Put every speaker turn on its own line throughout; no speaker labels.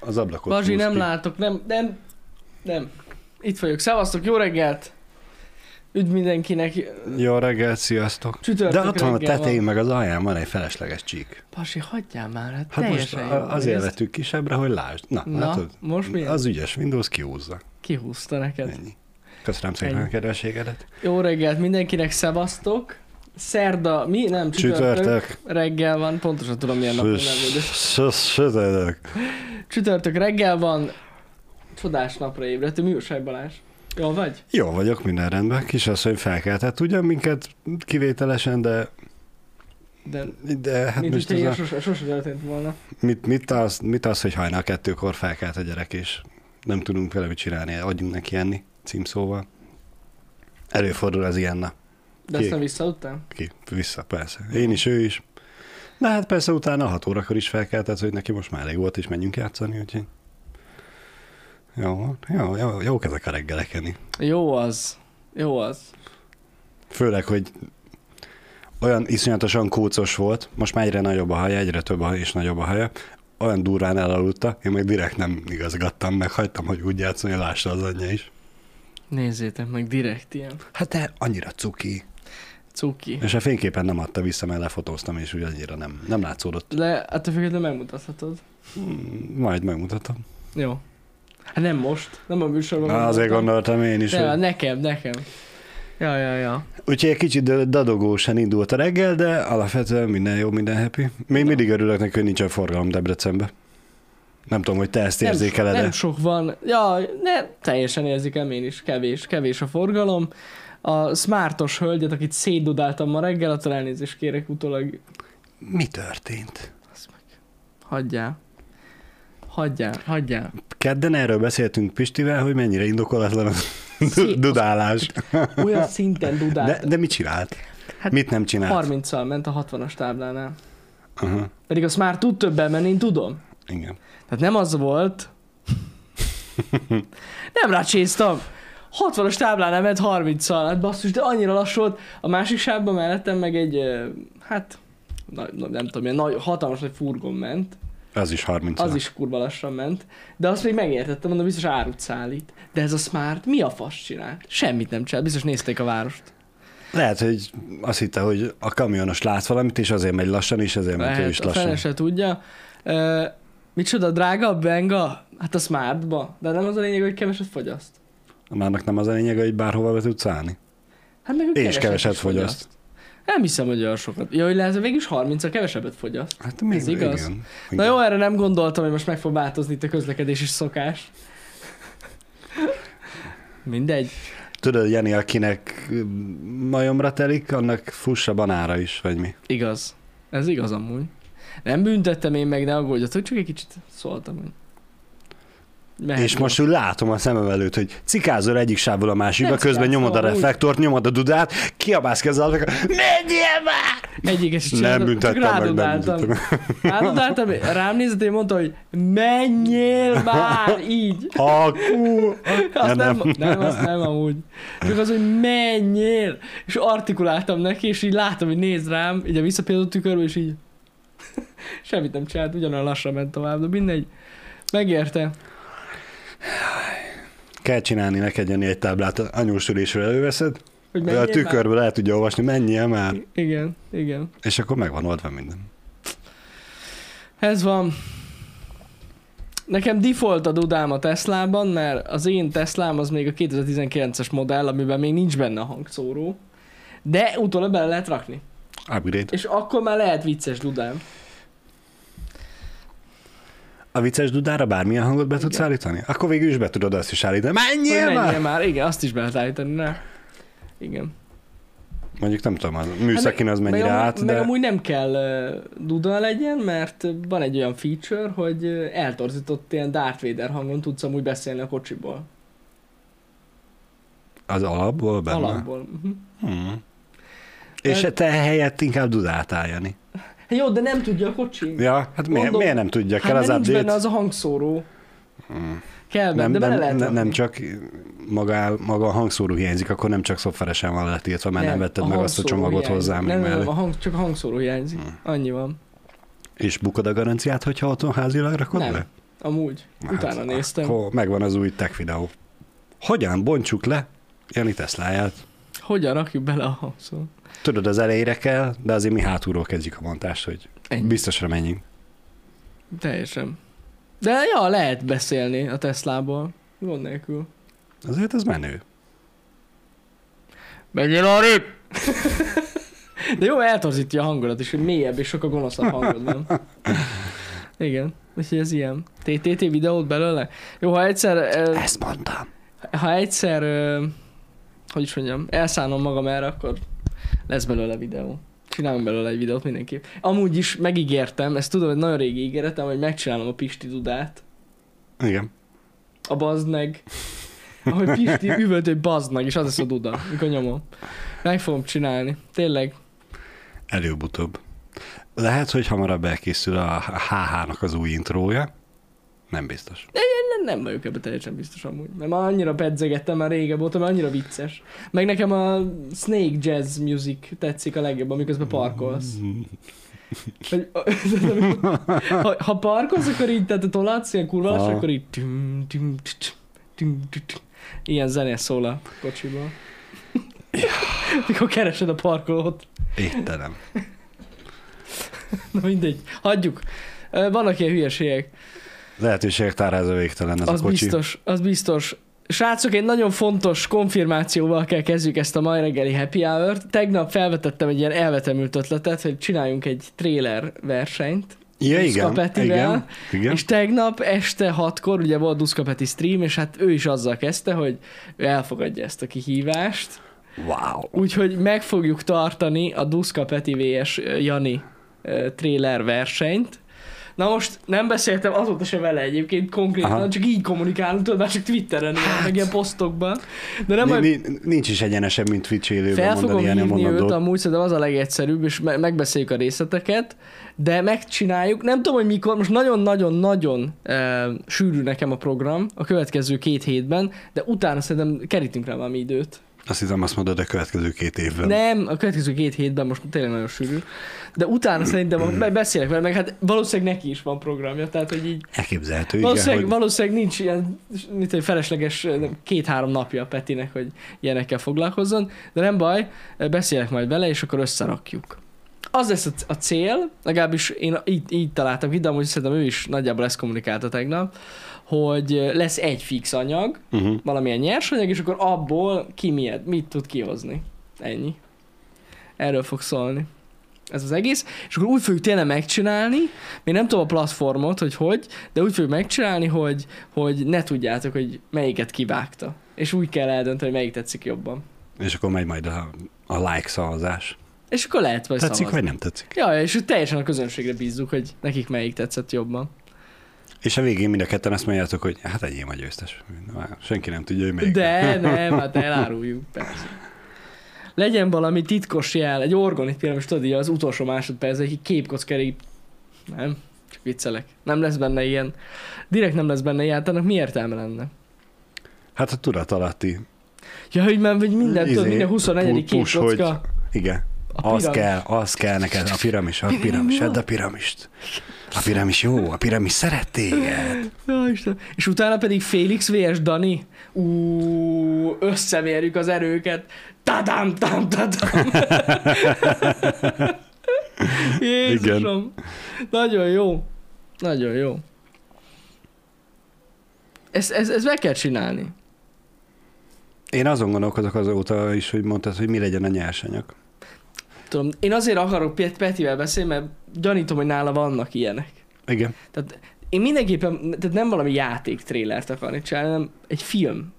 az ablakot
Bazsi,
húz
nem
ki.
látok, nem, nem, nem. Itt vagyok. Szevasztok, jó reggelt! Üdv mindenkinek.
Jó reggelt, sziasztok.
Csütörtök
De ott van a
reggel
tetején, meg az alján van egy felesleges csík.
Pasi, hagyjál már, hát,
Hát most
teljesen
a-
jó
azért
vagy. Ezt
vettük kisebbre, hogy lásd. Na,
Na,
látod?
most mi?
Az ügyes Windows kihúzza.
Kihúzta neked.
Ennyi. Köszönöm szépen
Ennyi.
a kedvességedet.
Jó reggelt mindenkinek, szevasztok. Szerda, mi? Nem, csütörtök.
Csütörtök.
Reggel van, pontosan tudom milyen napon nem
Sös- Sötörtök.
Csütörtök reggel van, csodás napra ébredt, Műsaj Balázs. Jól vagy?
Jó vagyok, minden rendben. Kisasszony felkeltett ugyan minket kivételesen, de,
De
de hát
mint
most
most
ez
ilyen
a,
sose, sose történt volna.
mit, mit, az, mit az, hogy hajnal kettőkor felkelt a gyerek, és nem tudunk vele mit csinálni, adjunk neki enni, címszóval. Előfordul az ilyen nap.
De
Ki?
aztán visszaudtam.
Ki? Vissza, persze. Én is, ő is. De hát persze utána 6 órakor is felkeltett, hogy neki most már elég volt, és menjünk játszani, úgyhogy... Jó, jó, jó, jók ezek a reggelek, Eni.
Jó az. Jó az.
Főleg, hogy olyan iszonyatosan kócos volt, most már egyre nagyobb a haja, egyre több a haja és nagyobb a haja, olyan durván elaludta, én meg direkt nem igazgattam, meg hagytam, hogy úgy játszani, hogy lássa az anyja is.
Nézzétek meg direkt ilyen.
Hát te annyira cuki.
Cuki.
És a fényképen nem adta vissza, mert lefotóztam, és úgy annyira nem, nem látszódott.
De attól függetlenül megmutathatod.
Hmm, Majd megmutatom.
Jó. Hát nem most, nem a műsorban.
Na, azért
megmutatom.
gondoltam én is.
De
Hogy...
nekem, nekem. Ja, ja, ja.
Úgyhogy egy kicsit dadogósan indult a reggel, de alapvetően minden jó, minden happy. Még mindig örülök neki, hogy nincsen forgalom Debrecenbe. Nem tudom, hogy te ezt érzékeled
nem,
-e.
nem sok van. Ja, ne, teljesen érzikem én is. Kevés, kevés a forgalom. A smartos hölgyet, akit szétdudáltam ma reggel, attól elnézést kérek utólag.
Mi történt?
Azt meg. Hagyjál. Hagyjál, hagyjál.
Kedden erről beszéltünk Pistivel, hogy mennyire indokolatlan a
Szép.
dudálás.
Olyan szinten dudált.
De, de mit csinált?
Hát
Mit nem csinált?
30-al ment a 60-as táblánál.
Aha,
Pedig azt már tud többen menni, én tudom.
igen.
Tehát nem az volt. nem rácséztam. 60-as táblánál ment 30-szal, hát basszus, de annyira lassú volt. A másik sávban mellettem meg egy, ö, hát na, na, nem tudom, ilyen nagy, hatalmas nagy furgon ment.
Az is 30
Az is kurva lassan ment. De azt még megértettem, mondom, biztos árut szállít. De ez a Smart mi a fasz csinált? Semmit nem csinált, biztos nézték a várost.
Lehet, hogy azt hitte, hogy a kamionos lát valamit, és azért megy lassan, és ezért ment ő is
Lehet, a
lassan.
fene se tudja. Ö, micsoda, drága a benga? Hát a Smartba. De nem az a lényeg, hogy keveset fogyaszt.
A márnak nem az a lényeg, hogy bárhova be tudsz állni.
Hát meg ő
És
keveset
keveset
is
fogyaszt.
Nem hiszem, hogy olyan sokat. Ja, hogy lehet, hogy végül is 30 a kevesebbet fogyaszt.
Hát még,
Ez igaz.
Igen,
Na jó, erre nem gondoltam, hogy most meg fog változni itt a közlekedési szokás. Mindegy.
Tudod, Jani, akinek ö, majomra telik, annak fuss a banára is, vagy mi.
Igaz. Ez igaz amúgy. Nem büntettem én meg, ne aggódjatok, csak egy kicsit szóltam, hogy... Mehet
és most úgy látom a szemem előtt, hogy cikázol egyik sávból a másikba,
Nem
közben
cikáztam
nyomod a
amúgy.
reflektort, nyomod a dudát, kiabálsz kezel, menjél már!
Egyiket sem
Nem
csináltam, csak
büntettem meg, nem
rádudáltam.
büntettem.
Rádudáltam, rám nézett, én mondta, hogy menjél már, így.
A kú...
Azt
Nem,
nem, nem, nem, azt nem amúgy. Csak az, hogy menjél! És artikuláltam neki, és így láttam, hogy néz rám, így a visszapillantott tükörbe, és így semmit nem csinált, ugyanolyan lassan ment tovább, de mindegy. Megérte.
Kell csinálni neked Jani egy táblát, anyós ülésről előveszed,
Hogy
de
menjél
a
már.
tükörből el tudja olvasni, menjél már,
Igen, igen.
és akkor megvan oldva minden.
Ez van. Nekem default a dudám a Teslában, mert az én Teslám az még a 2019-es modell, amiben még nincs benne a hangszóró. De utólag bele lehet rakni.
Upgrade.
És akkor már lehet vicces dudám.
A vicces dudára bármilyen hangot be tudsz
Igen.
állítani? Akkor végül is be tudod azt is állítani. Menjél,
Hogy
már!
menjél már. Igen, azt is be lehet állítani rá. Igen.
Mondjuk nem tudom, a műszakin az mennyire
Hát meg, amúgy-
át,
meg
de
amúgy nem kell ö, duda legyen, mert van egy olyan feature, hogy ö, eltorzított ilyen Darth Vader hangon tudsz amúgy beszélni a kocsiból.
az alapból benne.
Alapból. Mhm.
Hmm. És
Ez-
te helyett inkább dudát álljani.
Hát jó, de nem tudja a kocsi.
Ja, hát miért,
Mondom.
miért nem tudja?
Hát
Kell
mert
az
nincs benne
update?
az a hangszóró.
Mm.
Kell benne,
Nem,
de bele
nem,
lehet
nem, nem
rakni.
csak maga, maga a hangszóró hiányzik, akkor nem csak szoftveresen van letiltva, mert nem, nem vetted meg azt a
hangszóró
csomagot
hiányzik.
hozzá, még
Nem, nem,
mellé.
nem, a hang, csak a hangszóró hiányzik.
Hmm.
Annyi van.
És bukod a garanciát, hogyha otthon házilag rakod
nem.
be?
Amúgy.
Hát,
Utána néztem.
Akkor megvan az új tech videó. Hogyan bontsuk le Jani Tesláját?
Hogyan rakjuk bele a hangszót?
Tudod, az elejére kell, de azért mi hátulról kezdjük a montást, hogy
Ennyi.
biztosra menjünk.
Teljesen. De ja, lehet beszélni a Teslából. Gond nélkül.
Azért ez menő.
Menjél arrébb! De jó, eltorzítja a hangodat is, hogy mélyebb és sokkal gonoszabb hangod van. Igen, úgyhogy ez ilyen. TTT videót belőle? Jó, ha egyszer, eh,
Ezt mondtam.
ha egyszer, eh, hogy is mondjam, elszánom magam erre, akkor lesz belőle videó. Csinálunk belőle egy videót mindenképp. Amúgy is megígértem, ezt tudom, hogy nagyon régi ígéretem, hogy megcsinálom a Pisti Dudát.
Igen.
A bazd meg. Ahogy Pisti üvölt, hogy bazd meg, és az lesz a Duda, mikor nyomom. Meg fogom csinálni. Tényleg.
Előbb-utóbb. Lehet, hogy hamarabb elkészül a HH-nak az új intrója. Nem biztos.
Nem, nem vagyok ebben teljesen biztos amúgy. Mert már annyira pedzegettem már régebb óta, mert annyira vicces. Meg nekem a Snake Jazz Music tetszik a legjobban, miközben parkolsz. Hogy, ha, ha parkolsz, akkor így, tehát a tolatsz ilyen kurva lassan,
Aha.
akkor így tüm, tüm, tüm, tüm, tüm, tüm. ilyen zene szól a kocsiban. Mikor keresed a parkolót.
Étterem.
Na mindegy, hagyjuk. Ö, Vannak ilyen hülyeségek.
Lehetőségek tárháza végtelen ez
az
a kocsi.
biztos, az biztos. Srácok, egy nagyon fontos konfirmációval kell kezdjük ezt a mai reggeli happy hour-t. Tegnap felvetettem egy ilyen elvetemült ötletet, hogy csináljunk egy trailer versenyt.
Ja,
Duszka
igen,
Petivel,
igen, igen.
És tegnap este hatkor, ugye volt Duszka Peti stream, és hát ő is azzal kezdte, hogy ő elfogadja ezt a kihívást.
Wow.
Úgyhogy meg fogjuk tartani a Duszka Peti vs. Jani ö, trailer versenyt. Na most nem beszéltem azóta se vele egyébként konkrétan,
Aha.
Aha. csak így kommunikálunk, tudod, már csak Twitteren, hát. meg ilyen posztokban. De nem
Nem,
majd
nincs, nincs is egyenesebb, mint Twitch élőben
fel
mondani
fogom
ilyen
hívni őt,
mondandót.
amúgy szerintem az a legegyszerűbb, és me- megbeszéljük a részleteket, de megcsináljuk, nem tudom, hogy mikor, most nagyon-nagyon-nagyon e, sűrű nekem a program a következő két hétben, de utána szerintem kerítünk rá valami időt.
Azt hiszem, azt mondod a következő két évben.
Nem, a következő két hétben most tényleg nagyon sűrű. De utána szerintem be- beszélek vele, meg hát valószínűleg neki is van programja, tehát hogy így
Elképzelhető, igen,
valószínűleg,
hogy
valószínűleg nincs ilyen mint egy felesleges nem, két-három napja a Petinek, hogy ilyenekkel foglalkozzon, de nem baj, beszélek majd vele, és akkor összerakjuk. Az lesz a, a cél, legalábbis én így, így találtam ki, de amúgy szerintem ő is nagyjából ezt kommunikálta tegnap, hogy lesz egy fix anyag,
uh-huh.
valamilyen nyersanyag, és akkor abból ki miért, mit tud kihozni. Ennyi. Erről fog szólni. Ez az egész. És akkor úgy fogjuk tényleg megcsinálni, még nem tudom a platformot, hogy hogy, de úgy fogjuk megcsinálni, hogy, hogy ne tudjátok, hogy melyiket kivágta. És úgy kell eldönteni, hogy melyik tetszik jobban.
és akkor megy majd a, a like szavazás.
És akkor lehet majd
Tetszik,
szavazni.
vagy nem tetszik.
Ja, ja, és úgy teljesen a közönségre bízzuk, hogy nekik melyik tetszett jobban.
És a végén mind a ketten azt mondjátok, hogy hát enyém a győztes. Már senki nem tudja, hogy melyik.
De nem, hát eláruljuk, persze. Legyen valami titkos jel, egy orgonit például, tudod, így az utolsó másodperc, egy képkockerék. Nem, csak viccelek. Nem lesz benne ilyen. Direkt nem lesz benne ilyen, hát annak mi értelme lenne?
Hát a tudat alatti.
Ja, hogy már hogy minden, tudod,
Izé,
minden 24.
pu- push,
képkocka.
hogy- Igen.
A
Az
piramis.
kell, az kell neked. A piramis, a piramis, add a piramist. A piramis jó, a piramis szeret téged.
Ja, Istenem. És utána pedig Félix vs. Dani. Ú, összemérjük az erőket. Tadám, tam, tadám. Jézusom. Nagyon jó. Nagyon jó. Ezt, ezt, ezt meg kell csinálni.
Én azon gondolkozok azóta is, hogy mondtad, hogy mi legyen a nyersanyag.
Tudom, én azért akarok Pet- Petivel beszélni, mert gyanítom, hogy nála vannak ilyenek.
Igen.
Én mindenképpen, tehát nem valami játék trélert akarni csinálni, hanem egy film.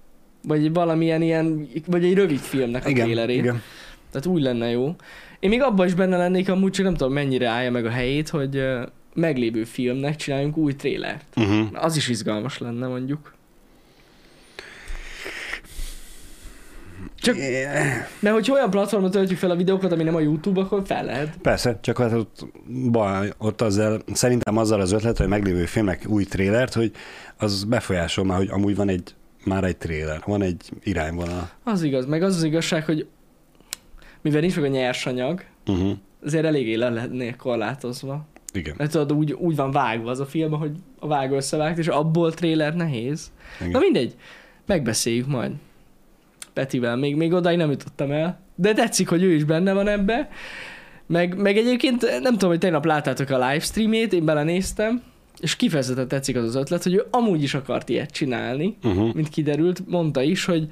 Vagy valamilyen ilyen, vagy egy rövid filmnek a
Igen,
trélerét.
igen.
Tehát úgy lenne jó. Én még abban is benne lennék, amúgy csak nem tudom mennyire állja meg a helyét, hogy ö, meglévő filmnek csináljunk új trélert.
Uh-huh.
Na, Az is izgalmas lenne mondjuk. Csak, mert hogyha olyan platformon töltjük fel a videókat, ami nem a YouTube, akkor fel lehet.
Persze, csak hát ott, baj, ott azzal, szerintem azzal az ötlet, hogy meglévő filmek új trélert, hogy az befolyásol már, hogy amúgy van egy, már egy tréler, van egy irányvonal.
Az igaz, meg az az igazság, hogy mivel nincs meg a nyersanyag,
Uh-huh.
azért eléggé le lennél korlátozva.
Igen.
Hát Mert tudod, úgy, úgy van vágva az a film, hogy a vágó összevágt, és abból tréler nehéz.
Igen.
Na mindegy, megbeszéljük majd. Petivel még, még odáig nem jutottam el, de tetszik, hogy ő is benne van ebbe. Meg, meg egyébként nem tudom, hogy tegnap láttátok a livestreamét, én belenéztem, és kifejezetten tetszik az az ötlet, hogy ő amúgy is akart ilyet csinálni,
Uh-huh.
mint kiderült, mondta is, hogy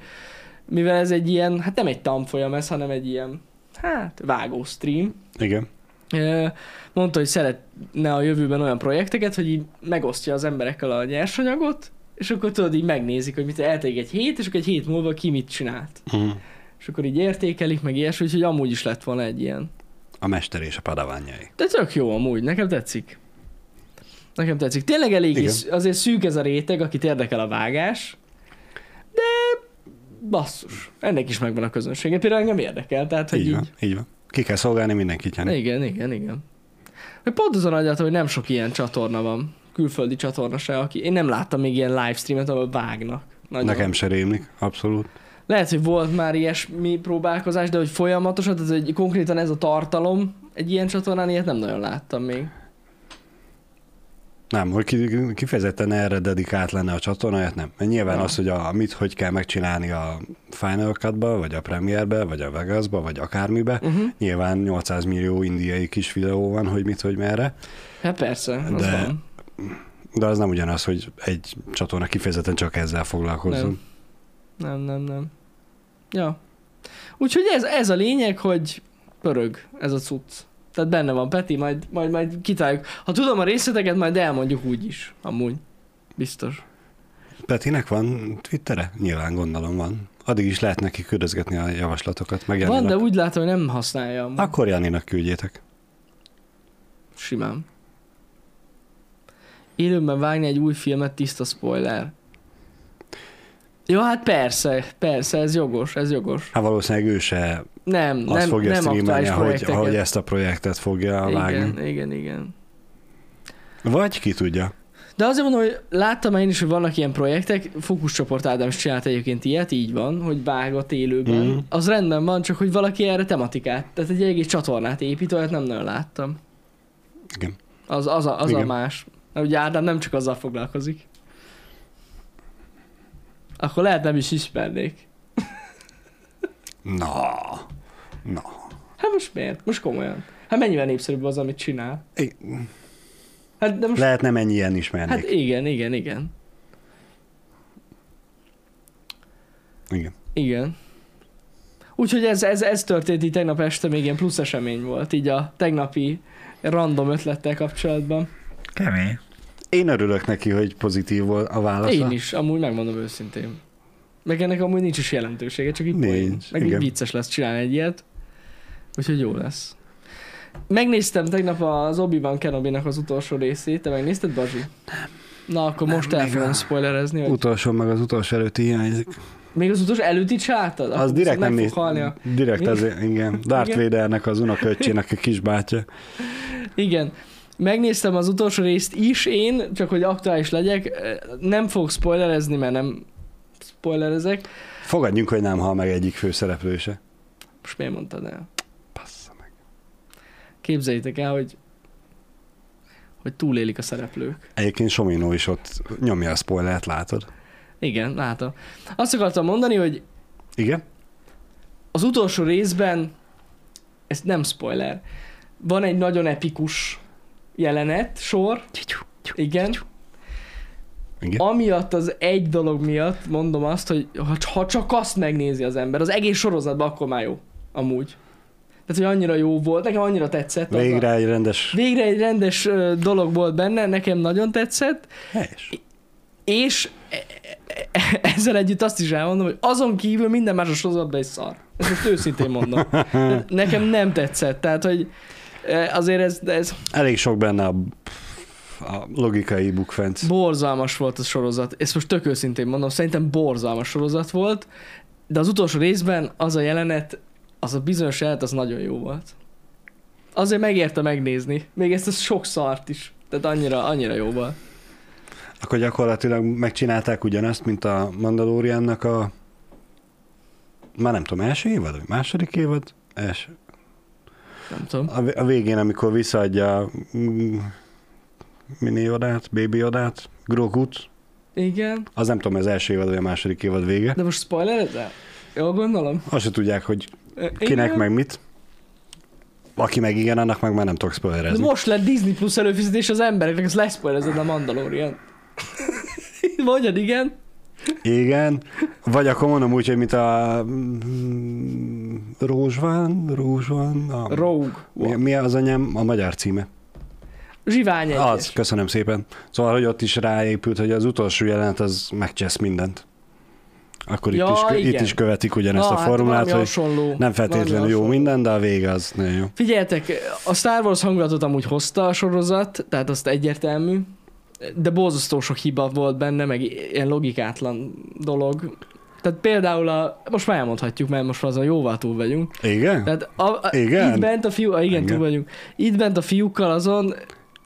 mivel ez egy ilyen, hát nem egy tanfolyam ez, hanem egy ilyen, hát vágó stream,
Igen.
Ö, mondta, hogy szeretne a jövőben olyan projekteket, hogy így megosztja az emberekkel a nyersanyagot, és akkor tudod, így megnézik, hogy mit eltelik egy hét, és akkor egy hét múlva ki mit csinált.
Uh-huh.
És akkor így értékelik, meg ilyesmi, úgyhogy amúgy is lett volna egy ilyen.
A mester és a padaványai.
De tök jó amúgy, nekem tetszik. Nekem tetszik. Tényleg elég,
Igen.
is, azért szűk ez a réteg, akit érdekel a vágás, de basszus, ennek is megvan a közönsége. Például engem érdekel, tehát hogy
Így,
így,
van, így van. Ki kell szolgálni mindenkit, Jani.
Igen, igen, igen. Hogy pont azon agyaltam, hogy nem sok ilyen csatorna van, külföldi csatorna se, aki... Én nem láttam még ilyen livestreamet, ahol vágnak. Nagyon.
Nekem se rémlik, abszolút.
Lehet, hogy volt már ilyesmi próbálkozás, de hogy folyamatosan, tehát hogy konkrétan ez a tartalom, egy ilyen csatornán ilyet nem nagyon láttam még.
Nem, hogy ki- kifejezetten erre dedikált lenne a csatornáját, nem. Mert nyilván
Nem.
az, hogy a, mit, hogy kell megcsinálni a Final Cut-ba, vagy a Premierbe, vagy a Vegasba, vagy akármibe,
Uh-huh.
nyilván 800 millió indiai kis videó van, hogy mit, hogy merre,
Hát persze, az
De
van.
de az nem ugyanaz, hogy egy csatorna kifejezetten csak ezzel foglalkozzon.
Nem. nem, nem, nem. Ja. Úgyhogy ez, ez a lényeg, hogy pörög ez a cucc. Tehát benne van Peti, majd, majd, majd kitáljuk. Ha tudom a részleteket, majd elmondjuk úgy is. Amúgy. Biztos.
Petinek van Twittere? Nyilván gondolom van. Addig is lehet neki körözgetni a javaslatokat. Meg
Van,
Janinak.
de úgy látom, hogy nem használja amúgy.
Akkor Janinak küldjétek.
Simán. Élőben vágni egy új filmet, tiszta spoiler. Jó, hát persze, persze, ez jogos, ez jogos.
Hát valószínűleg ő se
Nem,
azt
nem,
fogja
nem
streamelni,
aktuális
ahogy,
projekteket.
ahogy ezt a projektet fogja vágni.
igen, igen, igen.
Vagy ki tudja.
De azért mondom, hogy láttam én is, hogy vannak ilyen projektek, fókuszcsoport Ádám is csinált egyébként ilyet, így van, hogy vágat élőben.
Mhm.
Mm. Az rendben van, csak hogy valaki erre tematikát, tehát egy egész csatornát épít, olyat nem nagyon láttam.
Igen.
Az, az, a, az a
Igen.
más. Mert ugye Ádám nem csak azzal foglalkozik. Akkor lehet nem is ismernék.
Na, na.
Hát most miért? Most komolyan. Hát mennyivel népszerűbb az, amit csinál?
I-
Hát de most
Lehet nem ennyien ismernék.
Hát igen, igen, igen.
Igen.
Igen. Úgyhogy ez, ez, ez történt így tegnap este, még ilyen plusz esemény volt, így a tegnapi random ötlettel kapcsolatban.
Kemény. Én örülök neki, hogy pozitív volt a válasza.
Én is, amúgy megmondom őszintén. Meg ennek amúgy nincs is jelentősége, csak így
Nincs,
poén. Meg így
igen.
vicces lesz csinálni egy ilyet. Úgyhogy jó lesz. Megnéztem tegnap az Obi-Wan kenobi az utolsó részét. Te megnézted, Bazsi? Nem. Na, akkor most el
még
fogom
a-
spoilerezni. Hogy...
Utolsó meg az utolsó előtti hiányzik.
Még az utolsó előtt így csináltad?
Az
Akkor viszont
direkt nem
meg fog
néz.
halni a
Direkt
Mi?
azért, igen. Darth
Igen.
Vadernek az unoköcsének a kisbátyja.
Igen. Megnéztem az utolsó részt is én, csak hogy aktuális legyek. Nem fogok spoilerezni, mert nem spoilerezek.
Fogadjunk, hogy nem hal meg egyik főszereplő se.
Most miért mondtad el?
Bassza meg.
Képzeljétek el, hogy hogy túlélik a szereplők.
Egyébként Sominó is ott nyomja a spoilert, látod?
Igen, látom. Azt akartam mondani, hogy
Igen?
az utolsó részben, ez nem spoiler, van egy nagyon epikus jelenet, sor, igen,
Igen.
Amiatt az egy dolog miatt mondom azt, hogy ha, ha csak azt megnézi az ember, az egész sorozatban, akkor már jó. Amúgy. Tehát, hogy annyira jó volt, nekem annyira tetszett. az a-
Végre egy rendes
Végre egy rendes ö, dolog volt benne, nekem nagyon tetszett,
helyes.
és e- e- e- ezzel együtt azt is elmondom, hogy azon kívül minden más a sorozatban egy szar. Ezt most őszintén mondom. Tehát Nekem nem tetszett, tehát, hogy e, azért ez, ez
Elég sok benne a, a logikai bukfenc.
Borzalmas volt a sorozat. Ezt most tök őszintén mondom, szerintem borzalmas sorozat volt, de az utolsó részben az a jelenet, az a bizonyos jelenet, az nagyon jó volt. Azért megérte megnézni. Még ezt a sok szart is. Tehát annyira, annyira jó volt.
Akkor gyakorlatilag megcsinálták ugyanazt, mint a Mandaloriannak a már nem tudom, első évad, vagy második évad? Els...
Nem tudom.
A, a végén, amikor visszaadja mm, mini odát, baby odát, Grokut,
Igen.
az nem tudom, ez első évad vagy a második évad vége.
De most spoilerezel? Jól gondolom.
Azt se tudják, hogy
Ö,
kinek
igen.
meg mit. Aki meg igen, annak meg már nem tudok
De
spoilerezni.
most lett Disney Plus előfizetés az embereknek, ezt leszpoilezed a Mandalorian. Mondjad, igen?
Igen, vagy akkor mondom úgy, hogy mint a mm, Rózsván, Rózsván, a...
Rogue.
mi, mi az anyám a magyar címe?
Zsivány egyes.
Az, köszönöm szépen. Szóval, hogy ott is ráépült, hogy az utolsó jelenet az megcsesz mindent. Akkor
Ja,
itt, is, kö- itt
igen.
is követik ugyanezt a formulát,
Ah, hát valami
hogy
hasonló.
nem feltétlenül
Valami
jó
hasonló.
minden, de a vége az nagyon jó.
Figyeljetek, a Star Wars hangulatot amúgy hozta a sorozat, tehát azt egyértelmű, de borzasztó sok hiba volt benne, meg ilyen logikátlan dolog. Tehát például a, most már elmondhatjuk, mert most már azon jóval túl vagyunk.
Igen?
Tehát a, a,
Igen?
itt bent a fiú, a, igen,
Igen.
túl vagyunk. Itt bent a fiúkkal azon,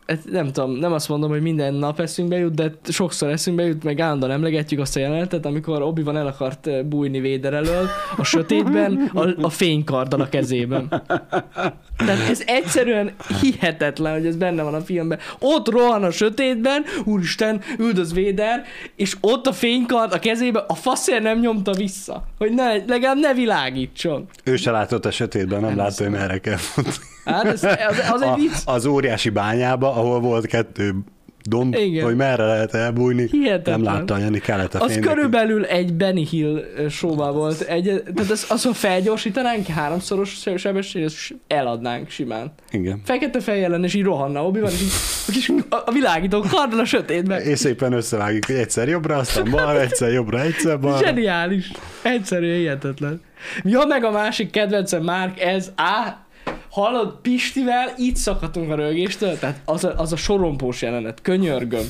hát nem tudom, nem azt mondom, hogy minden nap eszünkbe jut, de sokszor eszünkbe jut, meg állandóan emlegetjük azt a jelenetet, amikor obi van el akart eh, bújni Véder elől, a sötétben, a, a fénykarddal a kezében. Tehát ez egyszerűen hihetetlen, hogy ez benne van a filmben. Ott rohan a sötétben, úristen, üldöz Véder, és ott a fénykard a kezébe, a faszért nem nyomta vissza, hogy ne, legalább ne világítson.
Ő se látott a sötétben, nem,
Nem
látta,
hiszem.
hogy merre kell futni.
Hát ez, az, az egy
A,
vicc.
az óriási bányába, ahol volt kettő domb,
Igen.
hogy merre lehet elbújni.
Hihetetlen.
Nem látta a Jani, kellett a
Az
fény neki.
körülbelül egy Benny Hill ö, showban volt. Egy, tehát az, az, ha felgyorsítanánk háromszoros se- sebesség, ezt s- eladnánk simán.
Igen.
Fekete fejjel lenne, és így rohanna, obi van, és így, a, kis, a, a világító kardon a sötétben.
És szépen összevágjuk, hogy egyszer jobbra, aztán balra, egyszer jobbra, egyszer balra.
Zseniális. Egyszerűen hihetetlen. Ja, meg a másik kedvencem, Márk, ez á, Hallod, Pistivel itt szakadtunk a rögéstől, tehát az a, az a sorompós jelenet, könyörgöm.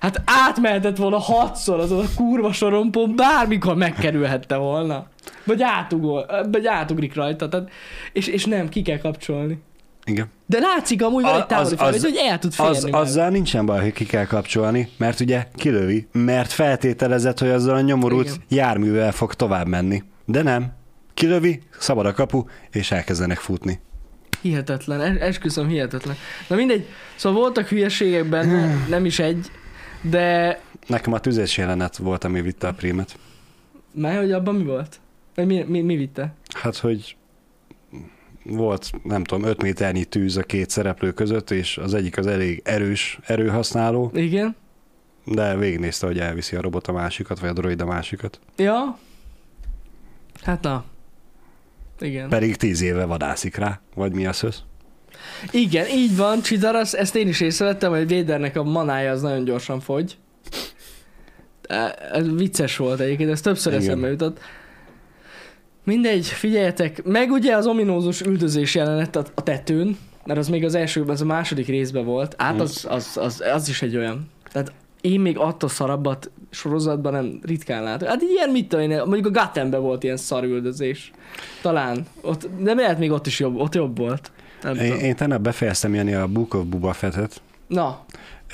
Hát átmehetett volna hatszor azon a kurva sorompon, bármikor megkerülhette volna. Vagy, átugol, vagy átugrik rajta, tehát, és, és nem, ki kell kapcsolni.
Igen.
De látszik amúgy van
A-
egy távoli
az-
fel,
az-
hogy el tud férni.
Az,
vele.
azzal nincsen baj, hogy ki kell kapcsolni, mert ugye kilövi, mert feltételezett, hogy azzal a nyomorult
Igen.
járművel fog tovább menni. De nem. Kilövi, szabad a kapu, és elkezdenek futni.
Hihetetlen, es- esküszöm, hihetetlen. Na mindegy, szóval voltak hülyeségek benne, nem is egy, de
Nekem a tüzes jelenet volt, ami vitte a prímet.
már hogy abban mi volt? Vagy mi, mi, mi vitte?
Hát, hogy volt, nem tudom, 5 méternyi tűz a két szereplő között, és az egyik az elég erős erőhasználó,
Igen?
de végignézte, hogy elviszi a robot a másikat, vagy a droid a másikat.
Ja? Hát na. Igen.
Pedig 10 éve vadászik rá, vagy mi az össz?
Igen, így van, Csidarasz, ezt én is észrevettem, hogy Védernek a manája az nagyon gyorsan fogy. E- Ez vicces volt egyébként, ez többször
Igen.
eszembe jutott. Mindegy, figyeljetek, meg ugye az ominózus üldözés jelenet a, a tetőn, mert az még az elsőben, az a második részben volt,
Mm.
hát az, az, az, az is egy olyan. Tehát én még attól szarabbat sorozatban nem ritkán látom. Hát ilyen mit tudom én, mondjuk a Gatenben volt ilyen szarüldözés. Talán. Ott, de lehet még ott is jobb, ott jobb volt. Nem
Én,
tudom.
én tegnap befejeztem Jani a Book of Boba Fettet.
Na,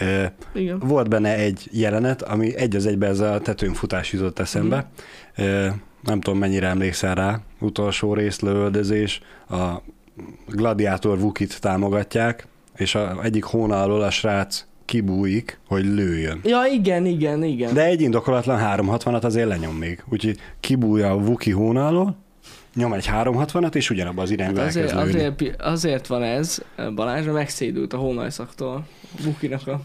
Ö,
igen.
Volt benne egy jelenet, ami egy az egybe ez a tetőn futás jutott eszembe.
Mhm.
Ö, Nem tudom, mennyire emlékszel rá. Utolsó rész, lövöldözés, a gladiátor Vukit támogatják, és a egyik hónalról a srác kibújik, hogy lőjön.
Ja, igen, igen, igen.
De egy indokolatlan 360-at azért lenyom még. Úgyhogy kibújja a Vuki hónalról, nyom egy 360-at, és ugyanabba az irányba hát
azért,
elkezd lőni.
azért, pi- azért, van ez, Balázs, mert megszédült a hónajszaktól. Bukinak a...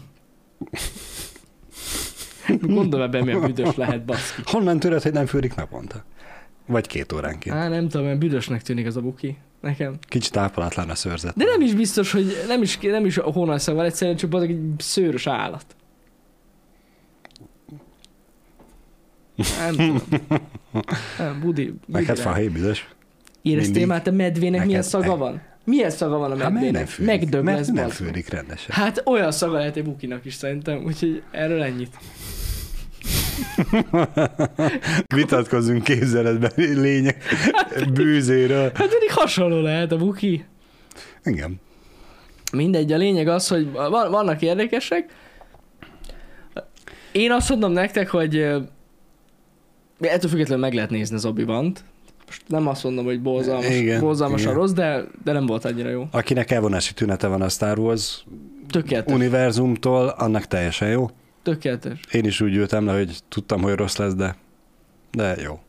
Gondolom ebben milyen büdös lehet, baszki.
Honnan tőled, hogy nem főrik naponta? Vagy két óránként.
Á, nem tudom, olyan büdösnek tűnik ez a buki. Nekem.
Kicsit ápolatlan a szőrzet.
De nem is biztos, hogy nem is, nem is a hónajszak van, egyszerűen csak az egy szőrös állat. Nem tudom. Nem, budi. budi
Neked
rá.
hát fahéj biztos.
Éreztél
mindig.
már te medvének
Neked- e-
milyen szaga van? Milyen szaga van a
Hát mert nem
medvének?
fődik.
Megdög
mert
lesz,
nem
bazd meg.
fődik rendesen.
Hát olyan szaga lehet egy bukinak is szerintem, úgyhogy erről ennyit.
Vitatkozunk képzeletben lények bűzéről.
Hát pedig hasonló lehet a buki.
Igen.
Mindegy, a lényeg az, hogy van, vannak érdekesek. Én azt mondom nektek, hogy ö, ettől függetlenül meg lehet nézni az obi Most nem azt mondom, hogy borzalmas,
Igen,
borzalmas a
igen.
rossz, de, de nem volt annyira jó.
Akinek elvonási tünete van a Star Wars,
Tökéletes.
univerzumtól, annak teljesen jó.
Tökéletes.
Én is úgy ültem le, hogy tudtam, hogy rossz lesz, de, de jó.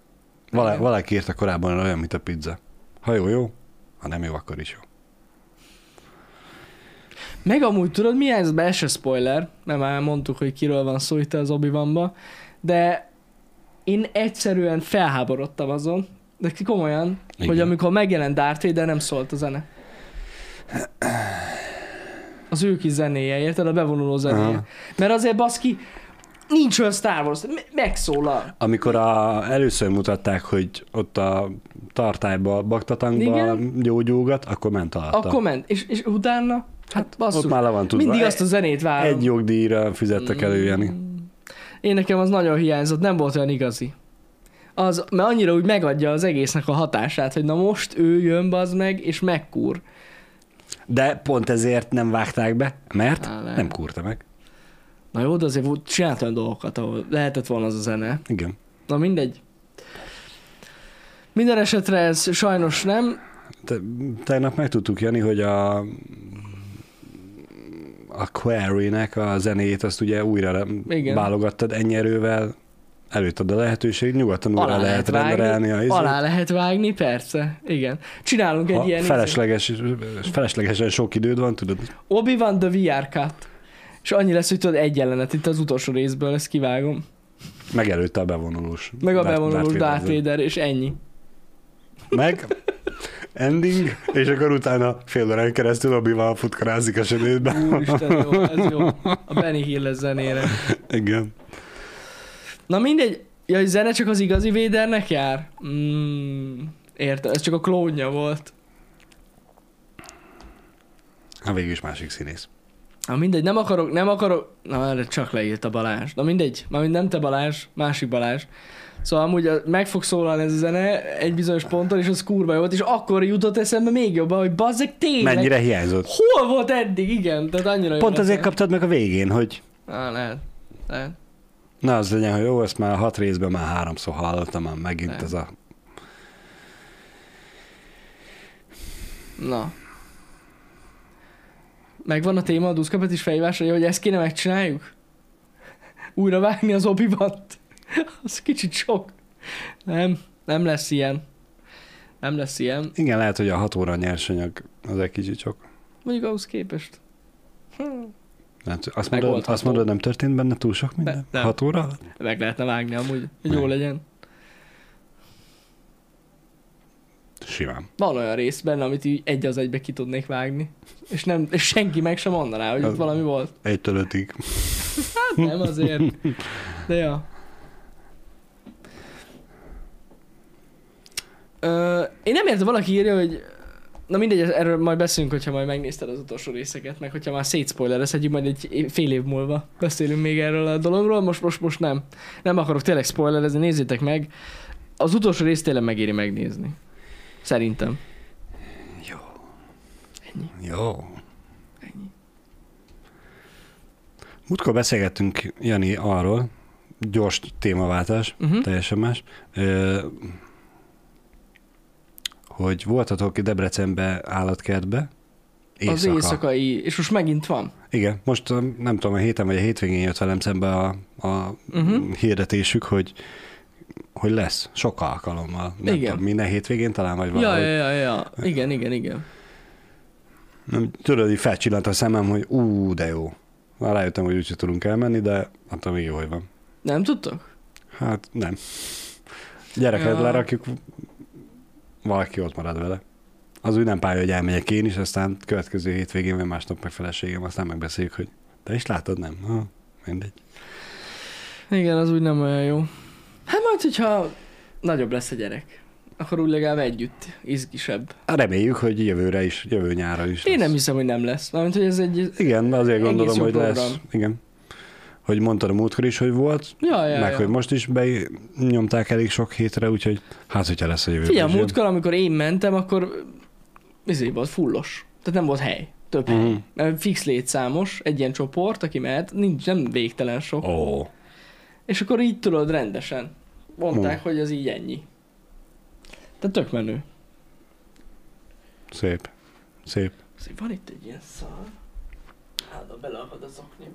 Valá,
Igen.
valaki írta korábban olyan, mint a pizza. Ha jó, jó. Ha nem jó, akkor is jó.
Meg amúgy tudod, mi ez? Be se spoiler, mert már mondtuk, hogy kiről van szó itt az obi -Wanba, de én egyszerűen felháborodtam azon, de komolyan, Igen.
Igen.
hogy amikor megjelent Darth Vader, nem szólt a zene. Az ő kis zenéje, érted? A bevonuló zenéje.
Aha.
Mert azért baszki, nincs olyan Star Wars, me- megszólal.
Amikor a, először mutatták, hogy ott a tartályba, baktatangba
Igen.
gyógyulgat, akkor ment alatta.
A komment, és, és utána, hát
Ott
basszus,
már le van tudva.
mindig azt Mm. a zenét várom.
Egy jogdíjra fizettek elő, Jani.
Én nekem az nagyon hiányzott, nem volt olyan igazi. Az, mert annyira úgy megadja az egésznek a hatását, hogy na most ő jön bazd meg, és megkúr.
De pont ezért nem vágták be, mert
Á, lehet.
nem kúrta meg.
Na jó, de azért volt- csinált olyan dolgokat, ahol lehetett volna az a zene.
Igen.
Na mindegy. Minden esetre ez sajnos nem.
Te, tegnap megtudtuk, Jani, hogy a a Quarry-nek a zenéjét azt ugye újra
Igen.
Igen. válogattad ennyi erővel, előtted a lehetőség, nyugodtan újra
Alá
lehet,
lehet vágni,
rendelni a izét.
Alá lehet vágni, persze. Igen. Csinálunk egy
Ha
ilyen... izé-
felesleges, feleslegesen sok időd van, tudod,
obi van the VR Cut. És annyi lesz, hogy tudod egy jelenet itt az utolsó részből, ezt kivágom.
meg előtte a bevonulós.
Meg a
Darth-
bevonulós
Vader
Darth
zen.
Vader, és ennyi.
Meg ending, és akkor utána fél órán keresztül Obi-Wan futkarázik a sötétben.
Úristen, jó, ez jó. A Benny Hill lesz zenére.
Igen.
Na mindegy, ja, a zene csak az igazi védernek jár? Mm, értem, ez csak a klónja volt.
Hát végül is másik színész.
Na mindegy, nem akarok, nem akarok... Na, erre csak leírt a Balázs. Na mindegy, mármint nem te Balázs, másik Balázs. Szóval amúgy a- meg fog szólalni ez a zene egy bizonyos ponton, és az kurva jó volt, és akkor jutott eszembe még jobban, hogy bazzeg tényleg.
Mennyire hiányzott?
Hol volt eddig? Igen, tehát annyira jó
Pont
lett.
azért kaptad meg a végén, hogy
Á, lehet. lehet.
na az legyen, hogy jó, ezt már hat részben már háromszor hallottam, már megint
Nem.
ez a...
Na. Megvan a téma a duszkapet is fejvásolja, hogy ezt kéne megcsináljuk? Újra vágni az obi Az kicsit sok. Nem, nem lesz ilyen. Nem lesz ilyen.
Igen, lehet, hogy a hat óra nyersanyag az egy kicsit sok.
Mondjuk ahhoz képest. Hm.
Nem t- Azt mondod,
Megoldható.
azt mondod, nem történt benne túl sok minden?
nem.
Hat óra?
Meg lehetne vágni amúgy, hogy jó
Meg.
legyen.
Simán.
Van olyan rész benne, amit így egy az egybe ki tudnék vágni. És, nem, és senki meg sem mondaná, hogy ott
Az-
valami volt.
Egytől ötig.
Hát nem azért. De ja. Ö, én nem értem, valaki írja, hogy Na mindegy, erről majd beszélünk, hogyha majd megnézted az utolsó részeket, meg hogyha már szétszpoilerezhetjük, majd egy é- fél év múlva beszélünk még erről a dologról, most, most, most nem. Nem akarok tényleg spoilerezni, nézzétek meg. Az utolsó részt tényleg megéri megnézni. Szerintem.
Jó.
Ennyi.
Jó.
Ennyi.
Múltkor beszélgettünk, Jani, arról, gyors témaváltás,
Uh-huh.
teljesen más, ö, hogy voltatok Debrecenbe állatkertbe,
Az éjszakai, és most megint van.
Igen, most um, nem tudom, a héten vagy a hétvégén jött velem szembe a, a
Mhm.
uh-huh. hirdetésük, hogy hogy lesz, sok alkalommal. Nem
Igen.
Igen. Tudom, minden hétvégén talán, vagy
Ja,
valahogy.
ja, ja, ja, igen, igen, igen.
Nem, tudod, így felcsillant a szemem, hogy ú, de jó. Már rájöttem, hogy úgyse tudunk elmenni, de attól még jó, hogy van.
Nem tudtok?
Hát nem. Gyereket
Ja.
ja. lerakjuk, valaki ott marad vele. Az úgy nem pálya, hogy elmegyek én is, aztán következő hétvégén, vagy másnap meg feleségem, aztán megbeszéljük, hogy te is látod, nem? Ha, mindegy.
Igen, az úgy nem olyan jó. Hát majd, hogyha nagyobb lesz a gyerek, akkor úgy legalább együtt izgisebb.
Reméljük, hogy jövőre is, jövő nyára is.
Én
lesz.
nem hiszem, hogy nem lesz. Mármint, hogy ez egy...
Igen, azért
Egész
gondolom,
jó
hogy lesz.
program.
Igen. Hogy mondtad a múltkor is, hogy volt,
Ja, ja,
ja, meg
ja.
hogy most is benyomták elég sok hétre, úgyhogy hát, hogyha lesz a jövő.
Figyelj,
is ilyen.
múltkor, amikor én mentem, akkor izé volt fullos. Tehát nem volt hely. Több hely.
Mhm.
Mert Fix létszámos, egy ilyen csoport, aki mehet, nincs, nem végtelen sok.
Ó, oh,
És akkor így tudod rendesen. Mondták,
Hm.
hogy az így ennyi. Tehát tök menő.
szép. Szép.
Szóval Azért Van itt egy ilyen szar. Álda, beleakad a szoknyom.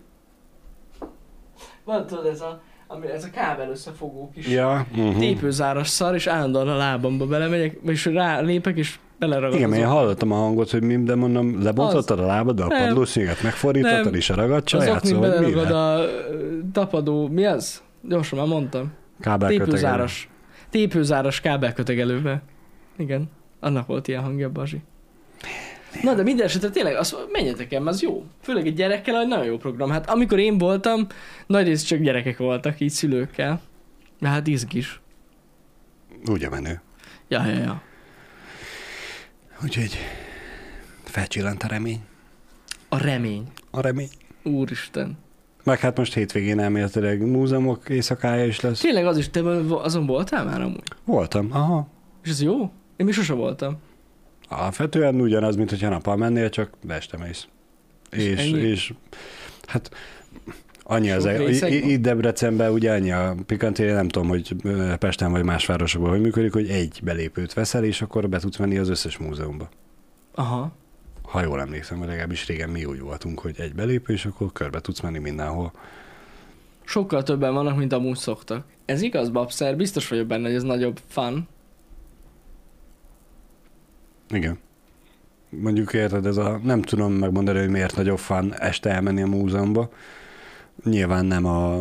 Van tudod ez a, ami, ez a kábel összefogó kis ja. mhm.
Ja, uh-huh.
tépőzáras szar, és állandóan a lábamba belemegyek, és rá lépek, és beleragad.
Igen,
az
mert én
ok-
hallottam a hangot, hogy mi, de mondom, lebontottad a lábad, a
Nem.
padlószéget megfordítottad,
Nem.
és a ragadt
az
csaját,
okni
szóval hogy mi
beleragad
lehet?
a ö, tapadó, mi az? Gyorsan már mondtam.
Kábelkötegel.
Tépőzáras. Tépőzáras kábelkötegelőbe. Igen. Annak volt ilyen hangja, Bazsi. Na de minden esetre tényleg, azt menjetek el, mert az jó. Főleg egy gyerekkel, egy nagyon jó program. Hát amikor én voltam, nagy rész csak gyerekek voltak, így szülőkkel. De hát izgis.
Úgy a menő.
Ja, ja, ja.
Úgyhogy felcsillant a remény.
A remény.
A remény.
Úristen.
Meg hát most hétvégén elméletileg múzeumok éjszakája is lesz.
Tényleg az is, te azon voltál már amúgy?
Voltam, aha.
És ez jó? Én még sose voltam.
Alapvetően ugyanaz, mint hogyha nappal mennél, csak este mész.
És
És, és,
ennyi?
hát annyi az,
Sok részeg
i-
van?
i- itt Debrecenben ugye annyi a pikantéria, nem tudom, hogy ö, Pesten vagy más városokban hogy működik, hogy egy belépőt veszel, és akkor be tudsz menni az összes múzeumba.
Aha.
Ha jól emlékszem, vagy legalábbis régen mi úgy voltunk, hogy egy belépő, és akkor körbe tudsz menni mindenhol.
Sokkal többen vannak, mint amúgy szoktak. Ez igaz, Babszer? Biztos vagyok benne, hogy ez nagyobb fun.
Igen. Mondjuk érted, ez a, nem tudom megmondani, hogy miért nagyobb fan este elmenni a múzeumba. Nyilván nem a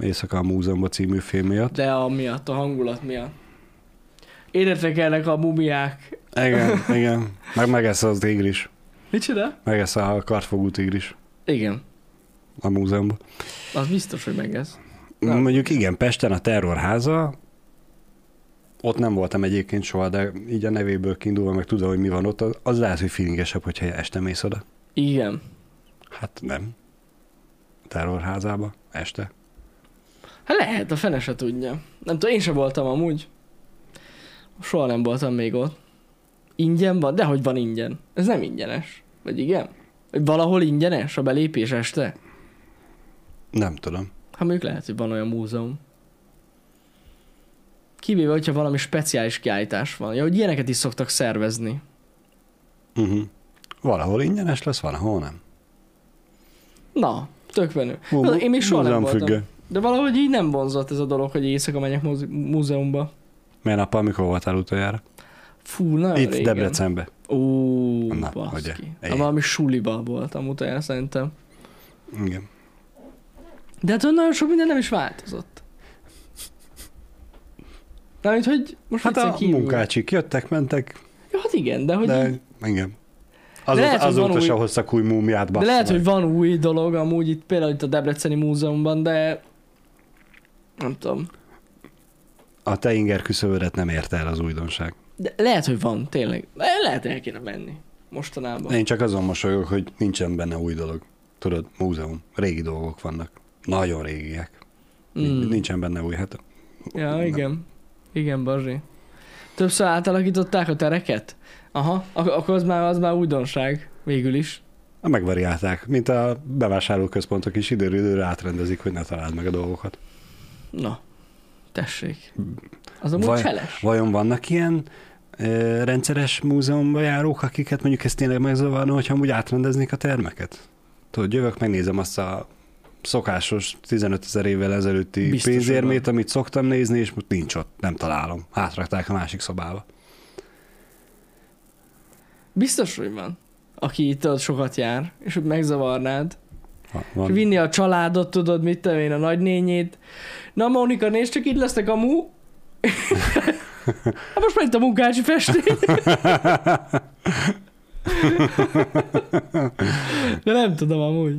Éjszaka a múzeumba című film miatt.
De amiatt, a hangulat miatt. Éretre kellnek a mumiák.
Igen, igen. Meg megesz az tigris.
Micsoda?
Megesz a kartfogó tigris
Igen,
a múzeumban.
az biztos, hogy meg ez.
Nem.
Nem.
Mondjuk igen, Pesten a terrorháza, ott nem voltam egyébként soha, de így a nevéből kiindulva, meg tudom, hogy mi van ott, az- az lehet, hogy feelingesebb, hogyha este mész oda.
Igen.
Hát nem. Terrorházába, este.
Hát lehet, a fene se tudja. Nem tudom, én sem voltam amúgy. Soha nem voltam még ott. Ingyen van? Dehogy van ingyen. Ez nem ingyenes. Vagy igen? Vagy valahol ingyenes a belépés este?
Nem tudom.
Hát mondjuk lehet, hogy van olyan múzeum. Kivéve, hogyha valami speciális kiállítás van. Ja, hogy ilyeneket is szoktak szervezni.
Uh-huh. Valahol ingyenes lesz, valahol nem.
Na, tök menő. Na, én még soha nem voltam. De valahogy így nem vonzott ez a dolog, hogy éjszaka menjek mozi- múzeumba.
Milyen nappal, mikor voltál utoljára?
Fú, nagyon
Itt,
régen.
Debrecenbe.
Ó,
Na,
Na,
ugye,
baszki.
ilyen.
Na, valami suliba voltam utoljára szerintem.
Igen.
De hát olyan nagyon sok minden nem is változott. Mármint, hogy most
Hát
viccen
a
kívül.
munkácsik jöttek, mentek,
Ja, hát igen, de hogy de,
de
így,
igen.
lehet,
Azóta,
hogy van
azóta se
új-
hoztak új múmiát,
de
bassza
lehet,
meg.
hogy van új dolog amúgy itt például itt a Debreceni Múzeumban, de nem tudom.
A te inger küszöbödet nem érte el az újdonság.
De lehet, hogy van, tényleg. Le- Lehet, el kéne menni mostanában.
Én csak azon mosolyog, hogy nincsen benne új dolog. Tudod, múzeum, régi dolgok vannak. Nagyon régiek.
Hmm.
Mm. Nincsen benne új, hát
Ja,
Nem.
igen. Igen, Bazsi. Többször átalakították a tereket? Aha, ak- akkor az már, az már újdonság, végül is.
megvariálták, mint a bevásárlóközpontok is időről időre átrendezik, hogy ne találd meg a dolgokat.
Na, tessék. Az amúgy
Vaj-
Vaj... cseles.
Vajon vannak ilyen ö, rendszeres múzeumba járók, akiket mondjuk ez tényleg megzavarna, hogyha amúgy átrendeznék a termeket? Tudod, jövök, megnézem azt a szokásos 15 ezer évvel ezelőtti
Biztos, hogy
pénzérmét, amit szoktam nézni, és most nincs ott, nem találom. Átrakták a másik szobába.
Biztos, hogy van. Aki itt ott sokat jár, és hogy megzavarnád.
Ha,
És
van.
vinni a családot, tudod, mit te én, a nagynényét. Na, Monika, nézd csak, itt lesznek a mú. hát most már itt a munkácsi festék. De nem tudom amúgy.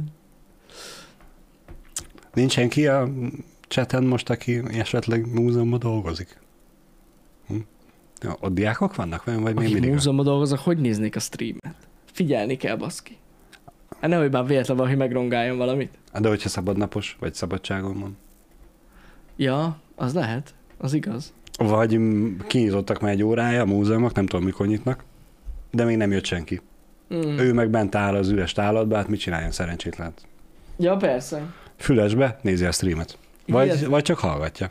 Nincs senki a cseten most, aki esetleg múzeumban dolgozik? Hm? Ja, ott diákok vannak, vagy, vagy még
Akik
mindig? a-
múzeumban dolgoznak, hogy néznék a streamet? Figyelni kell, baszki. Hát nehogy már véletlen valaki megrongáljon valamit.
De hogyha szabadnapos, vagy szabadságon van.
Ja, az lehet. Az igaz.
Vagy mm, kinyitottak már egy órája a múzeumok, nem tudom mikor nyitnak, de még nem jött senki.
Mm.
Ő meg bent áll az üres tálatba, hát mit csináljon szerencsétlen?
Ja, persze.
Fülesbe nézi a streamet. Vagy,
Ilyet-
vagy csak hallgatja.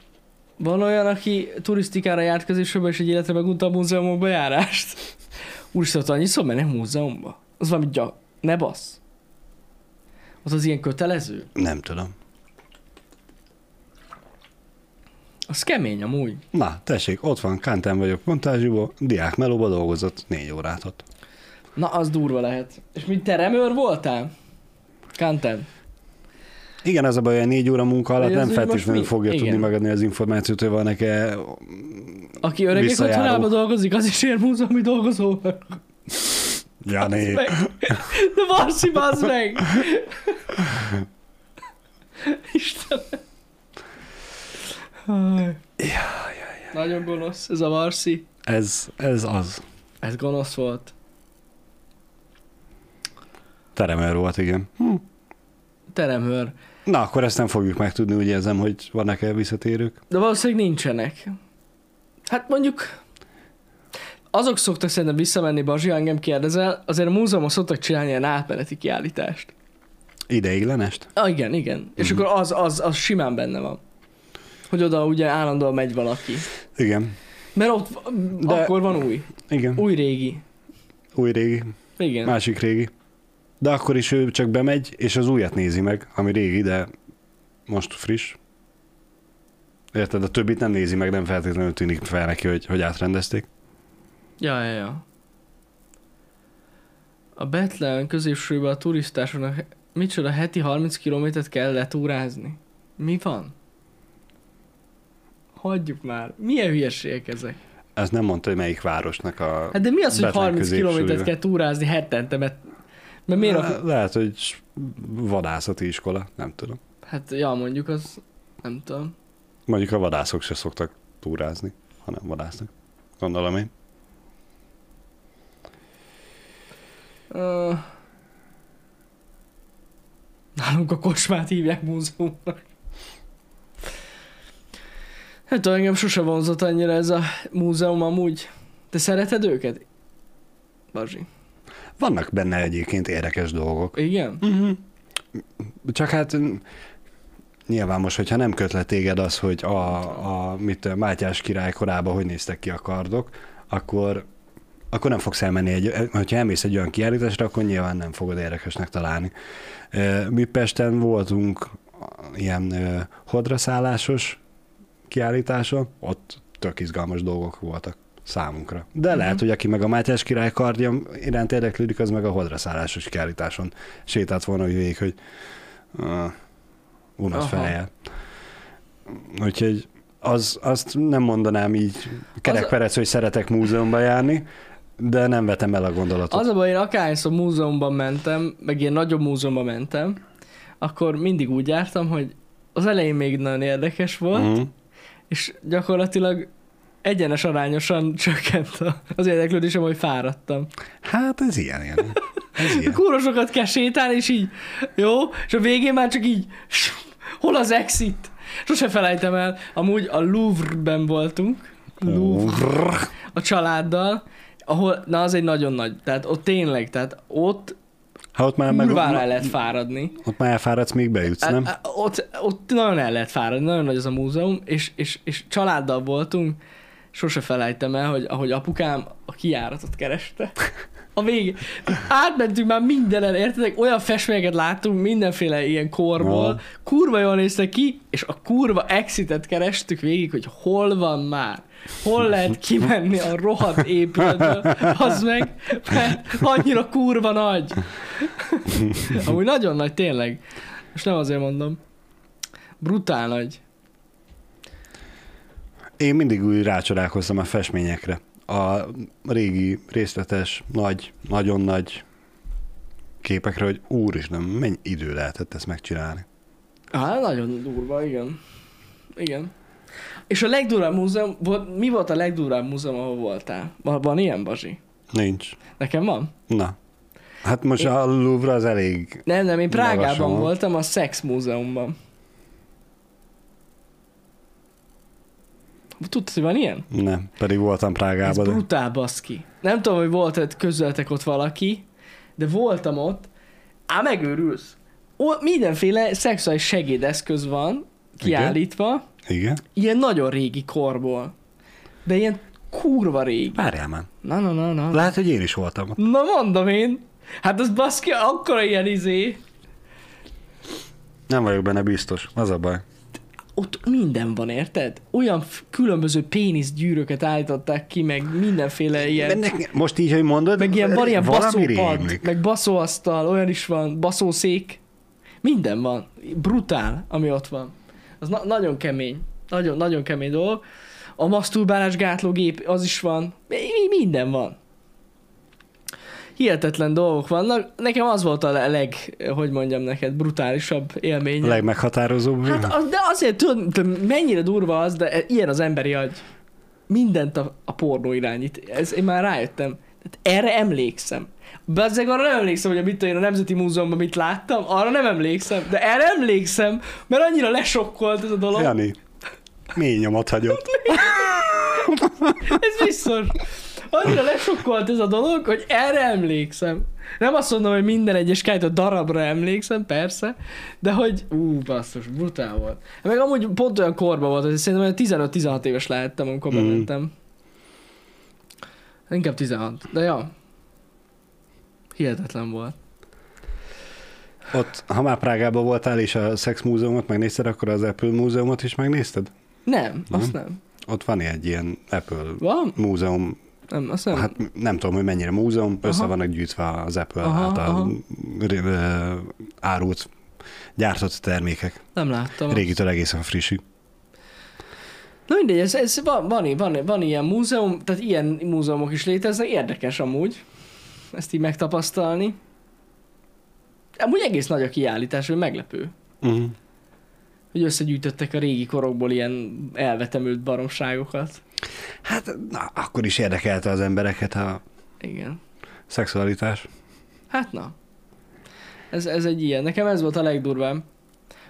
Van olyan, aki turisztikára járt középsőbe, és egy életre megunta a múzeumokba járást. Úristen, ott annyiszor mennek múzeumba? Az valami gyak... Ne basz. Az az ilyen kötelező?
Nem tudom.
Az kemény amúgy.
Na, tessék, ott van, Kanten vagyok montázsiból, diák melóba dolgozott négy órát ott.
Na, az durva lehet. És mint te remőr voltál? Kanten.
Igen, az a baj, hogy a négy óra munka alatt
Hogy
nem
az úgy
feltétlenül
most mi?
fogja
Igen.
tudni megadni az információt, hogy van-e
Aki öregek
Visszajáró.
otthonában dolgozik, az is ér múzeumi dolgozó.
Jani.
Meg. De Marci, bazd meg! Istenem. Jaj. Nagyon gonosz ez a Marci.
Ez, ez az.
Ez gonosz volt.
Teremőr volt, igen. Hm.
Teremhőr.
Na, akkor ezt nem fogjuk megtudni, úgy érzem, hogy vannak-e visszatérők.
De valószínűleg nincsenek. Hát mondjuk... Azok szoktak szerintem visszamenni, Bazsi, ha engem kérdezel, azért a múzeumon szoktak csinálni ilyen átmeneti kiállítást.
Ideiglenest?
Ah, igen, igen. Mm. És akkor az, az, az simán benne van. Hogy oda ugye állandóan megy valaki.
Igen.
Mert ott De...
De-
akkor van új.
Igen. Új,
Új régi.
új régi.
Igen. Már...
Másik régi. De akkor is ő csak bemegy, és az újat nézi meg, ami régi, de most friss. Érted? A többit nem nézi meg, nem feltétlenül tűnik fel neki, hogy, hogy átrendezték.
Ja, ja, ja. A Betlen középsőbe a turistásoknak micsoda heti 30 kilométert kell letúrázni. Mi van? Hagyjuk már. Milyen hülyeségek ezek?
Ez nem mondta, hogy melyik városnak a...
Hát de mi az, hogy
Betlen
30 kilométert
középsőbe.
kell túrázni hetente? Mert, mert miért a...
Le- Lehet, hogy vadászati iskola, nem tudom.
Hát, ja, mondjuk az... Nem tudom.
Mondjuk a vadászok se szoktak túrázni, hanem vadásznak. Gondolom én.
Uh... Nálunk a kocsmát hívják múzeumnak. Hát tudom, engem sose vonzott annyira ez a múzeum amúgy. Te szereted őket? Bazsi.
Vannak benne egyébként érdekes dolgok.
Igen?
Mhm. Csak hát mm, nyilván most, hogyha nem köt le téged az, hogy a, a mit, tudom, Mátyás király korában hogy néztek ki a kardok, akkor, akkor nem fogsz elmenni, egy, hogyha elmész egy olyan kiállításra, akkor nyilván nem fogod érdekesnek találni. Ö, Mi Pesten voltunk ilyen ö, hodraszállásos kiállításon, ott tök izgalmas dolgok voltak számunkra. De
Mhm.
lehet, hogy aki meg a Mátyás király kardja iránt érdeklődik, az meg a hodraszállásos kiállításon sétált volna úgy végig, hogy uh, unat
Aha.
fejjel. Úgyhogy az, azt nem mondanám így kerekperec, hogy szeretek múzeumba járni, de nem vetem el a gondolatot.
Az a baj, én akárhányszor múzeumban mentem, meg ilyen nagyobb múzeumban mentem, akkor mindig úgy jártam, hogy az elején még nagyon érdekes volt,
Mhm.
és gyakorlatilag egyenes arányosan csökkent a- az érdeklődésem, hogy fáradtam.
Hát ez ilyen, ilyen. Ez ilyen.
Kúra sokat kell sétálni, és így, jó? És a végén már csak így, hol az exit? Sose felejtem el, amúgy a Louvre-ben voltunk, Louvre, a családdal, ahol, na az egy nagyon nagy, tehát ott tényleg, tehát ott
Ha ott már, meg,
kurvára el lehet fáradni.
ott már elfáradsz, még bejutsz, nem?
Á, á, Ott, ott nagyon el lehet fáradni, nagyon nagy az a múzeum, és, és, és családdal voltunk, sose felejtem el, hogy ahogy apukám a kiáratot kereste. A végén. Átmentünk már mindenen, értedek? Olyan festményeket láttunk mindenféle ilyen korból.
Aha.
Kurva jól néztek ki, és a kurva exitet kerestük végig, hogy hol van már. Hol lehet kimenni a rohadt épületből, az meg, mert annyira kurva nagy. Amúgy nagyon nagy, tényleg. És nem azért mondom. Brutál nagy.
Én mindig úgy rácsodálkoztam a festményekre. A régi, részletes, nagy, nagyon nagy képekre, hogy úristen, mennyi idő lehetett ezt megcsinálni.
Á, Hát, nagyon durva, igen. Igen. És a legdurvább múzeum, volt, mi volt a legdurvább múzeum, ahol voltál? Van, van ilyen, Bazsi?
Nincs.
Nekem van?
Na. Hát most
Én-
a Louvre az elég...
Nem, nem, én Prágában
Magasan van.
voltam, a Sex Múzeumban. Tudtad, hogy van ilyen?
Nem, pedig voltam
Ez
Prágában. De...
brutál baszki. Nem tudom, hogy volt e közöltek ott valaki, de voltam ott, á, megőrülsz. Ó, mindenféle szexuális segédeszköz van kiállítva, Igen?
Igen?
ilyen nagyon régi korból. De ilyen kurva régi.
Várjál már.
Na, na, na, na.
Lehet, hogy én is voltam. ott.
Na mondom én. Hát az baszki, akkora ilyen izé.
Nem vagyok benne biztos, az a baj.
Ott minden van, érted? Olyan f- különböző péniszgyűröket állították ki, meg mindenféle ilyen...
Ennek, most így, hogy mondod,
Meg ilyen, van ilyen
valami
baszópad,
rémlik.
meg baszóasztal, olyan is van, baszószék. Minden van. Brutál, ami ott van. Az na- nagyon kemény. Nagyon, nagyon kemény dolog. A maszturbálás gátlógép, az is van. Mi- Minden van. Hihetetlen dolgok vannak. Nekem az volt a le- leg, hogy mondjam neked, brutálisabb élmény.
A legmeghatározóbb.
Hát az, de azért tudod, de mennyire durva az, de ilyen az emberi agy. Mindent a, a pornó irányít. Ez, én már rájöttem. Tehát erre emlékszem. Bezzeg arra nem emlékszem, hogy a mit tudom én a Nemzeti Múzeumban mit láttam, arra nem emlékszem, de erre emlékszem, mert annyira lesokkolt ez a dolog.
Jani, mély nyomot hagyott.
Ez biztos. Annyira lesokkolt ez a dolog, hogy erre emlékszem. Nem azt mondom, hogy minden egyes kájt a darabra emlékszem, persze, de hogy ú, basszus, brutál volt. Meg amúgy pont olyan korban volt, hogy szerintem olyan 15-16 éves lehettem, amikor
Mm.
bementem. Inkább 16, de ja. Hihetetlen volt.
Ott, ha már Prágában voltál és a Szex Múzeumot megnézted, akkor az Apple Múzeumot is megnézted?
Nem, azt nem.
Ott van egy ilyen Apple
Van?
múzeum,
Nem, azt nem. Hát,
hát nem tudom, hogy mennyire múzeum,
Aha.
össze vannak gyűjtve az Apple
Aha, aha.
által ré- ö, árult, gyártott termékek.
nem láttam.
Régitől egészen frissi.
Na mindegy, ez, ez van, van, van, van ilyen múzeum, tehát ilyen múzeumok is léteznek, érdekes amúgy ezt így megtapasztalni. Amúgy egész nagy a kiállítás, hogy meglepő, Mhm.
Uh-huh.
hogy összegyűjtöttek a régi korokból ilyen elvetemült baromságokat.
Hát na, akkor is érdekelte az embereket a
Igen.
szexualitás.
Hát na. Ez, ez egy ilyen. Nekem ez volt a legdurvább.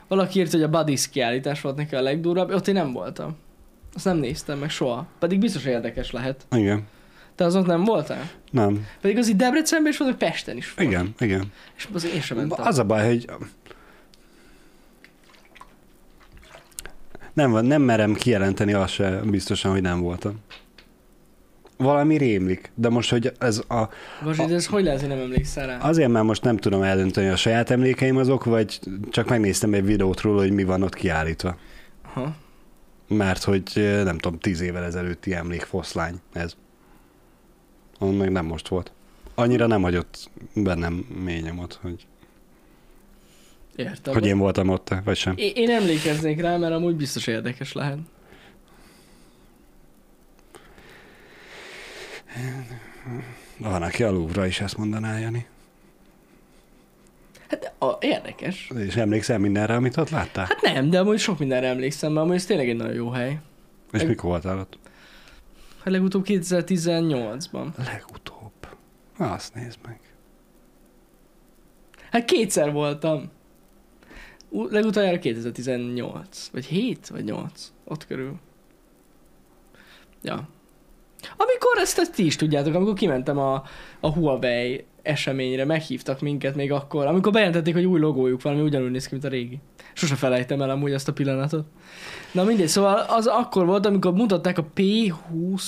Valaki írt, hogy a Buddies kiállítás volt neki a legdurvább, ott én nem voltam. Azt nem néztem meg soha. Pedig biztos érdekes lehet.
Igen.
Te azok nem voltál?
Nem.
Pedig az itt Debrecenben is volt, meg Pesten is volt.
Igen, igen.
És az én sem mentem.
Az a baj, hogy nem, van, nem merem kijelenteni azt se biztosan, hogy nem voltam. Valami rémlik, de most, hogy ez a,
Vasi, de ez hogy lehet, hogy nem emlékszel rá?
azért már most nem tudom eldönteni a saját emlékeim azok, vagy csak megnéztem egy videót róla, hogy mi van ott kiállítva.
Aha.
Mert hogy eh, nem tudom, tíz évvel ezelőtti emlékfoszlány ez. Ami meg nem most volt. Annyira nem hagyott bennem mély nyomot, hogy,
Értem.
hogy én voltam ott, vagy sem.
É- én emlékeznék rá, mert amúgy biztos érdekes lehet.
Van, aki a Louvre is ezt mondaná, Jani.
Hát de a, érdekes.
És emlékszel mindenre, amit ott láttál?
Hát nem, de amúgy sok mindenre emlékszem, mert amúgy ez tényleg egy nagyon jó hely.
És
meg-
mikor voltál ott?
Hát legutóbb 2018-ban.
Legutóbb. Na, azt nézd meg.
Hát kétszer voltam. Ú, Legutoljára 2018, vagy 7, vagy 8, ott körül. Ja. Amikor ezt, ezt ti is tudjátok, amikor kimentem a, a Huawei eseményre, meghívtak minket még akkor, amikor bejelentették, hogy új logójuk van, ami ugyanúgy néz ki, mint a régi. Sose felejtem el amúgy azt a pillanatot. Na mindegy, szóval az akkor volt, amikor mutatták a P20,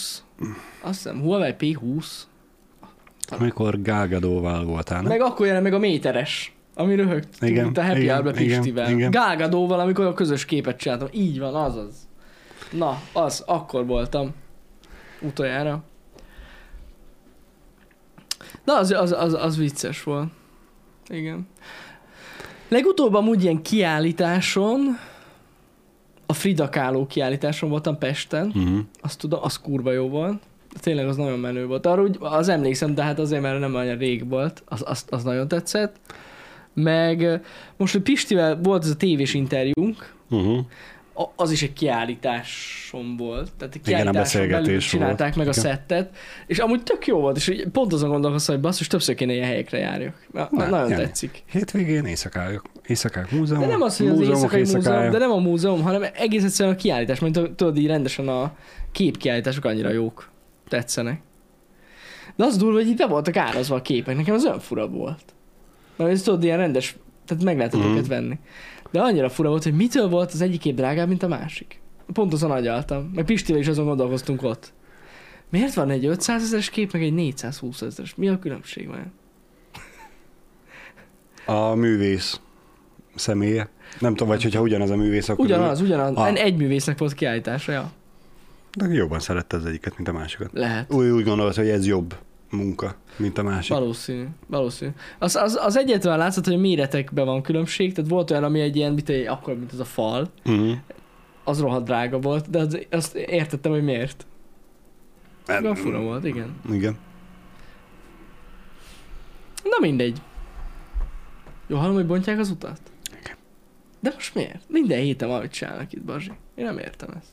azt hiszem Huawei P20,
Amikor Gálgadóval voltál, nem?
meg akkor jelent meg a méteres, ami röhögt
Igen,
igen, a Happy
igen,
Hour-be
igen,
Pistivel.
igen.
Gálgadóval, amikor a közös képet csináltam. Így van, az az. Na, az, akkor voltam. Utoljára. Na, az, az, az, az vicces volt. Igen. Legutóbb amúgy ilyen kiállításon, a Frida Kahlo kiállításon voltam Pesten
Uh-huh.
azt tudom, az kurva jó volt. Tényleg az nagyon menő volt. Arra úgy, az emlékszem, de hát azért, mert nem olyan rég volt, az, az, az nagyon tetszett. Meg eh, most, hogy Pistivel volt ez a tévés interjúnk,
Uh-huh.
a- az is egy kiállításom volt. Tehát egy
Igen, a
kiállításon
beszélgetés
belül
volt.
csinálták meg
Igen.
a szettet, és amúgy tök jó volt, és így pont azon gondolkoztam, hogy basszus, többször kéne ilyen helyekre járjak. Na,
Na,
Na, nagyon
jaj.
tetszik.
Hétvégén éjszakájuk. Éjszakák múzeum.
De nem az, hogy az
múzeumok
éjszakai múzeum,
éjszakája.
de nem a múzeum, hanem egész egyszerűen a kiállítás, mint tudod, így rendesen a képkiállítások annyira jók, tetszenek. De az durva, hogy itt be voltak árazva a képek, nekem az olyan fura volt. Na, ez tudod, ilyen rendes, tehát meg lehetett
Mhm.
őket venni. De annyira fura volt, hogy mitől volt az egyik kép drágább, mint a másik. Pont azon agyaltam, meg Pistivel is azon gondolkoztunk ott. Miért van egy 500 ezeres kép, meg egy 420 ezeres? Mi a különbség van?
A művész személye. Nem tudom, vagy hogyha ugyanaz a művész, akkor
Ugyanaz, ugyanaz.
Ah.
Ah. Egy művésznek volt kiállítása, ja.
De jobban szerette az egyiket, mint a másikat.
Lehet.
Úgy, úgy gondolod, hogy ez jobb munka, mint a másik.
Valószínű, valószínű. Az, az, az egyetlen látszott, hogy a méretekben van különbség, tehát volt olyan, ami egy ilyen, mint egy, akkor, mint az a fal,
Uh-huh.
az rohadt drága volt, de az, azt értettem, hogy miért. Olyan fura volt, igen.
Igen.
Na mindegy. Jó, hallom, hogy bontják az utat?
Igen.
De most miért? Minden héten valamit csinálnak itt, Bazsi. Én nem értem ezt.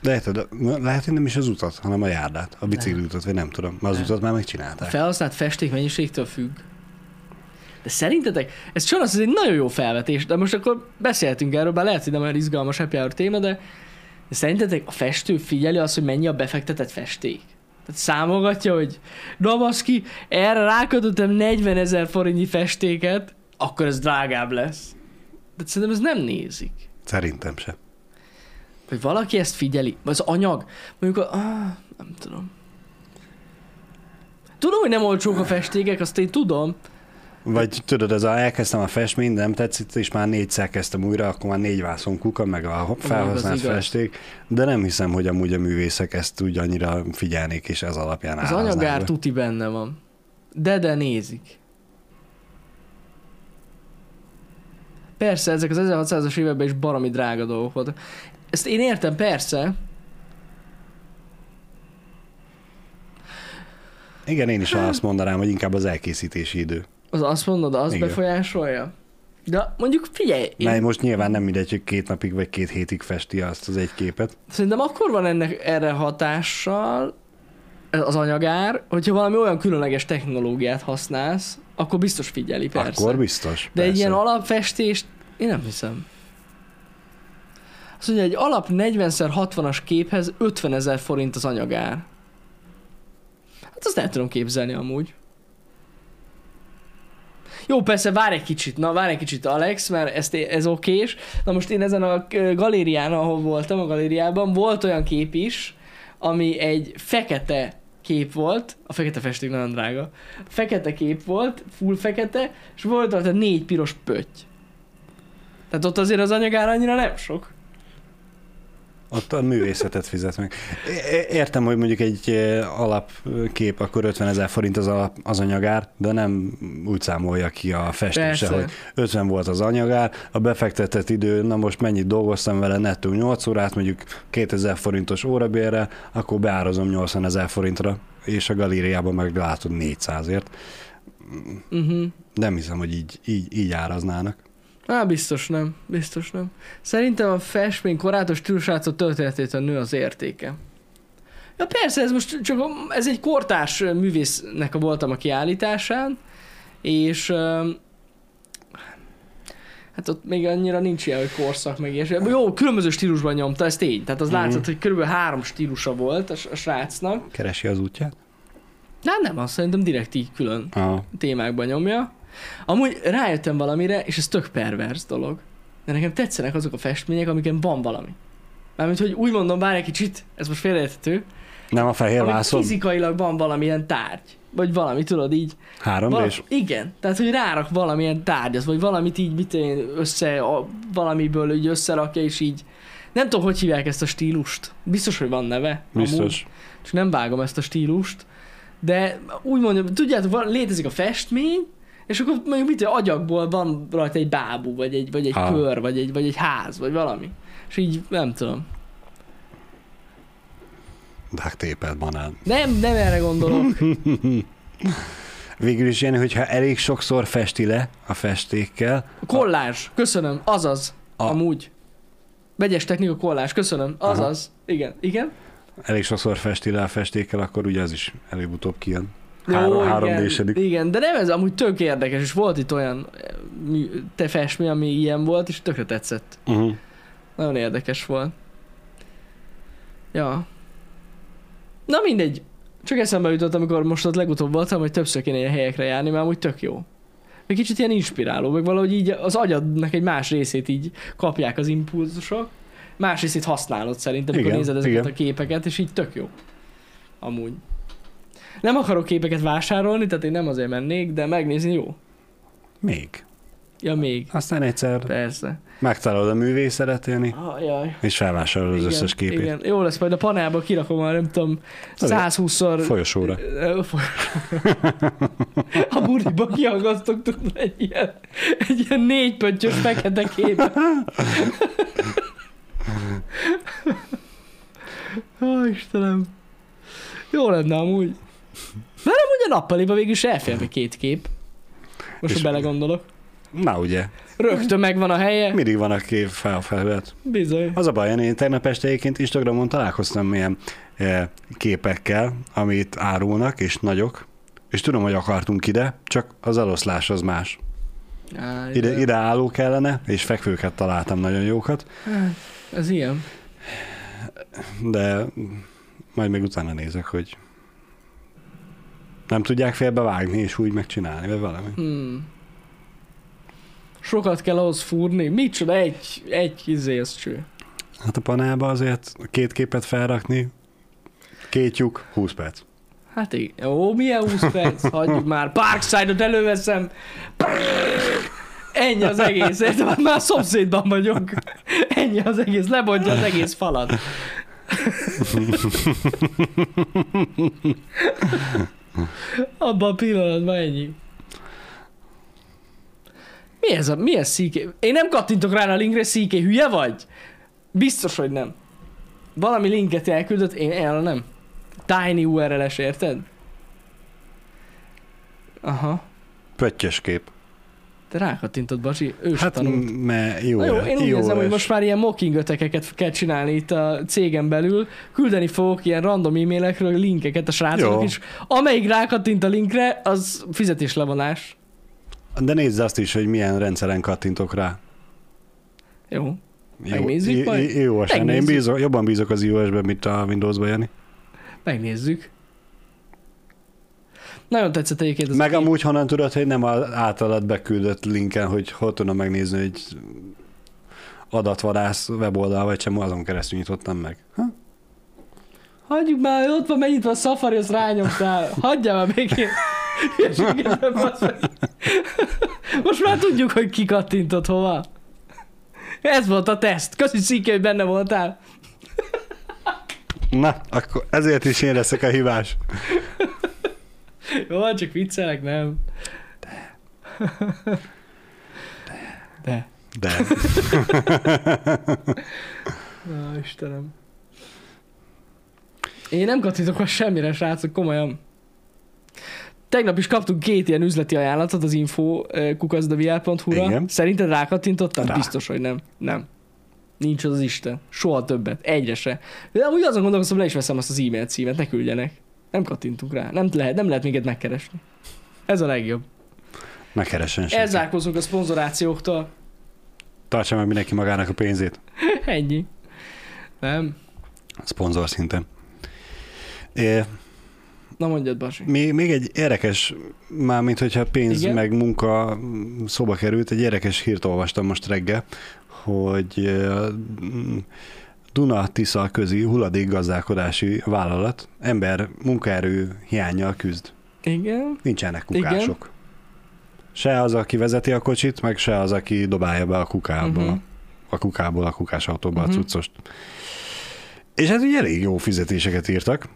De érted, lehet, hogy nem is az utat, hanem a járdát, a bicikli utat, vagy nem tudom. Mert az
Lehet.
utat már
A
megcsinálták.
felhasznált festék mennyiségtől függ. De szerintetek, ez sajnos ez egy nagyon jó felvetés, de most akkor beszéltünk erről, bár lehet, hogy nem olyan izgalmas happy hour téma, de, de szerintetek a festő figyeli azt, hogy mennyi a befektetett festék? Tehát számolgatja, hogy na baszki, erre rákötöttem 40 ezer forintnyi festéket, akkor ez drágább lesz. De szerintem ez nem nézik.
Szerintem se.
Hogy valaki ezt figyeli, vagy az anyag, mondjuk a... Ah, nem tudom. Tudom, hogy nem olcsók a festékek, azt én tudom.
Vagy tudod, ez a, elkezdtem a festményt, nem tetszett, és már négyszer kezdtem újra, akkor már négy vászon kuka, meg a felhasznált
az igaz.
festék, de nem hiszem, hogy amúgy a művészek ezt úgy annyira figyelnék, és ez alapján
Az
áraznák
anyagár
be.
tuti benne van. De, de nézik. Persze, ezek az 1600-as években is baromi drága dolgok voltak. Ezt én értem, persze.
Igen, én is
Hát.
azt mondanám, hogy inkább az elkészítési idő.
Az azt mondod, az
Igen.
befolyásolja. De mondjuk figyelj,
Én... Mert
én
most nyilván nem mindegy, hogy két napig vagy két hétig festi azt az egy képet.
szerintem akkor van ennek erre hatással az anyagár, hogyha valami olyan különleges technológiát használsz, akkor biztos figyeli, persze.
Persze. Akkor biztos.
De egy
persze.
ilyen alapfestést én nem hiszem. Azt mondja, egy alap 40x60-as képhez 50 ezer forint az anyagár. Hát azt el tudom képzelni amúgy. Jó, persze, várj egy kicsit, na várj egy kicsit, Alex, mert ezt, é- ez okés. Na most én ezen a ö, galérián, ahol voltam, a galériában, volt olyan kép is, ami egy fekete kép volt, a fekete festék nagyon drága, fekete kép volt, full fekete, és volt rajta négy piros pötty. Tehát ott azért az anyagára annyira nem sok.
Ott a művészetet fizet meg. É- Értem, hogy mondjuk egy eh, alapkép, akkor 50 ezer forint az, a, az anyagár, de nem úgy számolja ki a festése,
Persze.
hogy 50 volt az anyagár, a befektetett idő, na most mennyit dolgoztam vele, nettó 8 órát, mondjuk 2000 forintos órabérre, akkor beárazom 80 ezer forintra, és a galériában meg látod 400-ért.
Uh-huh.
Nem hiszem, hogy így, így, így áraznának.
Á, biztos nem, biztos nem. Szerintem a festmény korától stílusáca történetétől nő az értéke. Ja persze, ez most csak a- ez egy kortárs ö, művésznek a voltam a kiállításán, és öm, hát ott még annyira nincs ilyen, hogy korszak meg ilyesmi. Jó, különböző stílusban nyomta, ez tény. Tehát az
Mhm.
látszott, hogy körülbelül három stílusa volt a, s- a srácnak.
Keresi az útját?
De hát nem, azt szerintem direkt így külön
Aha.
témákban nyomja. Amúgy rájöttem valamire, és ez tök pervers dolog. De nekem tetszenek azok a festmények, amiken van valami. Mármint, hogy úgy mondom, bár egy kicsit, ez most félreérthető,
Nem a fehér
hogy
vászon?
fizikailag van valamilyen tárgy. Vagy valami, tudod így.
Három
Val-
és
igen, tehát hogy rárak valamilyen tárgyat, vagy valamit így mit tudom én, össze, a, valamiből így összerakja, és így. Nem tudom, hogy hívják ezt a stílust. Biztos, hogy van neve. amúgy
biztos.
és nem vágom ezt a stílust, de úgy mondjam, tudjátok, van, létezik a festmény, és akkor mondjuk mit, agyagból van rajta egy bábú, vagy egy, vagy egy
Ah.
kör, vagy egy, vagy egy ház, vagy valami. És így nem tudom.
Duct hát téped banán.
Nem, nem erre gondolok.
Végül is ilyen, hogyha elég sokszor festi le a festékkel,
Kollázs, köszönöm, azaz,
A-
a... amúgy. Vegyes technika kollázs, köszönöm,
Aha.
azaz. Igen, igen.
elég sokszor festi le a festékkel, akkor ugye az is előbb-utóbb kijön. Három,
Jó,
három
igen,
désedik.
igen, de nem ez amúgy tök érdekes, és volt itt olyan eh, mű- te festmény, ami ilyen volt, és tökre tetszett.
Uh-huh.
Nagyon érdekes volt. Ja. Na mindegy. Csak eszembe jutott, amikor most ott legutóbb voltam, hogy többször kéne ilyen helyekre járni, mert amúgy tök jó. Még kicsit ilyen inspiráló, meg valahogy így az agyadnak egy más részét így kapják az impulzusok, más részét használod szerintem, amikor
Igen,
nézed ezeket
igen.
a képeket, és így tök jó. Amúgy. Nem akarok képeket vásárolni, tehát én nem azért mennék, de megnézni jó.
Még.
Ja, még.
Aztán egyszer
Persze.
megtalálod a művészedet, Jani,
Ah, jaj.
és felvásárolod az összes képét.
igen. Jó lesz, majd a panelba kirakom már, nem tudom, 120-szor...
Folyosóra.
Ö, foly- A buriba kihangasztok tudod egy ilyen, egy ilyen négy pöttyös fekete képet. Ó, Istenem. Jó lenne amúgy. Mert amúgy a nappaliba végül is elférne két kép. Most,
És-
ha belegondolok.
Na ugye,
Rögtön megvan a helye.
mindig van a kép fel, felület.
Bizony.
Az a baj, Jani, én tegnap este egyébként Instagramon találkoztam ilyen eh, képekkel, amit árulnak, és nagyok, és tudom, hogy akartunk ide, csak az eloszlás az más.
Á,
Ide, ide álló kellene, és fekvőket találtam nagyon jókat,
Hát, Ez ilyen.
de majd még utána nézek, hogy nem tudják félbevágni, és úgy megcsinálni, vagy valami.
Hmm. Sokat kell ahhoz fúrni. Micsoda, egy, egy izé, izészcső.
Hát a panába azért két képet felrakni, két lyuk, 20 perc.
Hát igen. Ó, milyen 20 perc, hagyjuk már. Parkside-ot előveszem. Ennyi az egész, érted? Már szomszédban vagyok. Ennyi az egész, lebontja az egész falat. Abban a pillanatban ennyi. Mi ez a, mi ez CK? Én nem kattintok rá a linkre, CK, hülye vagy? Biztos, hogy nem. Valami linket elküldött, én erre nem. Tiny URL-es, érted? Aha.
Pöttyös kép.
Te rákattintott, Bacsi, ős hát,
Hát,
tanult.
mert jó,
Na jó,
lesz,
én úgy
jó
érzem, hogy
lesz.
most már ilyen mocking ötekeket kell csinálni itt a cégen belül. Küldeni fogok ilyen random e-mailekről linkeket a
Jó.
srácoknak is. Amelyik rákattint a linkre, az fizetéslevonás.
De nézd azt is, hogy milyen rendszeren kattintok rá.
Jó.
Jó,
Megnézzük
i-
majd?
i- iOS lenne. Én
Megnézzük.
bízok, jobban bízok az iOS-ben, mint a Windows-ban, Jani.
Megnézzük. Nagyon tetszett egyébként ez
Meg
a kép.
amúgy honnan tudod, hogy nem az általad beküldött linken, hogy hol tudom megnézni, hogy adatvadász weboldal, vagy sem, azon keresztül nyitottam meg. Ha?
Hagyjuk már, ott van megnyitva a Safari, azt rányomtál. Hagyjál már békén. Hülyeséget nem basz meg. Most már tudjuk, hogy ki kattintott hova. Ez volt a teszt. Köszi Sziki, hogy benne voltál.
Na, akkor ezért is én leszek a hibás.
Jó, van, csak viccelek, nem? De. De.
De
Na, Istenem. Én nem kattintok most semmire, srácok, komolyan. Tegnap is kaptunk két ilyen üzleti ajánlatot az info eh, kukaszdaviár.hu-ra.
Igen.
Szerinted rákattintottam?
Rá.
Rá. Biztos, hogy nem. Nem. Nincs az az Isten. Soha többet. Egyre se. De amúgy azon gondolkozom, le is veszem azt az e-mail címet, ne küldjenek. Nem kattintunk rá. Nem lehet, nem lehet minket megkeresni. Ez a legjobb.
ne keressen senki.
Elzárkózunk a szponzorációktól.
Tartsa meg mindenki magának a pénzét.
Ennyi. Nem.
Szponzor szinten. É,
Na mondjad, Basi.
Még, még egy érdekes, mármint hogyha pénz Igen?
Igen?
meg munka szóba került, egy érdekes hírt olvastam most reggel, hogy eh, mm, Duna-Tisza közi hulladékgazdálkodási vállalat ember munkaerő hiányjal küzd.
Igen.
Nincsenek
Igen.
kukások. Igen? Se az, aki vezeti a kocsit, meg se az, aki dobálja be a kukába,
Mhm.
uh-huh. a kukából, a kukás autóba uh-huh.
Mhm.
a cuccost. És hát ugye elég jó fizetéseket írtak.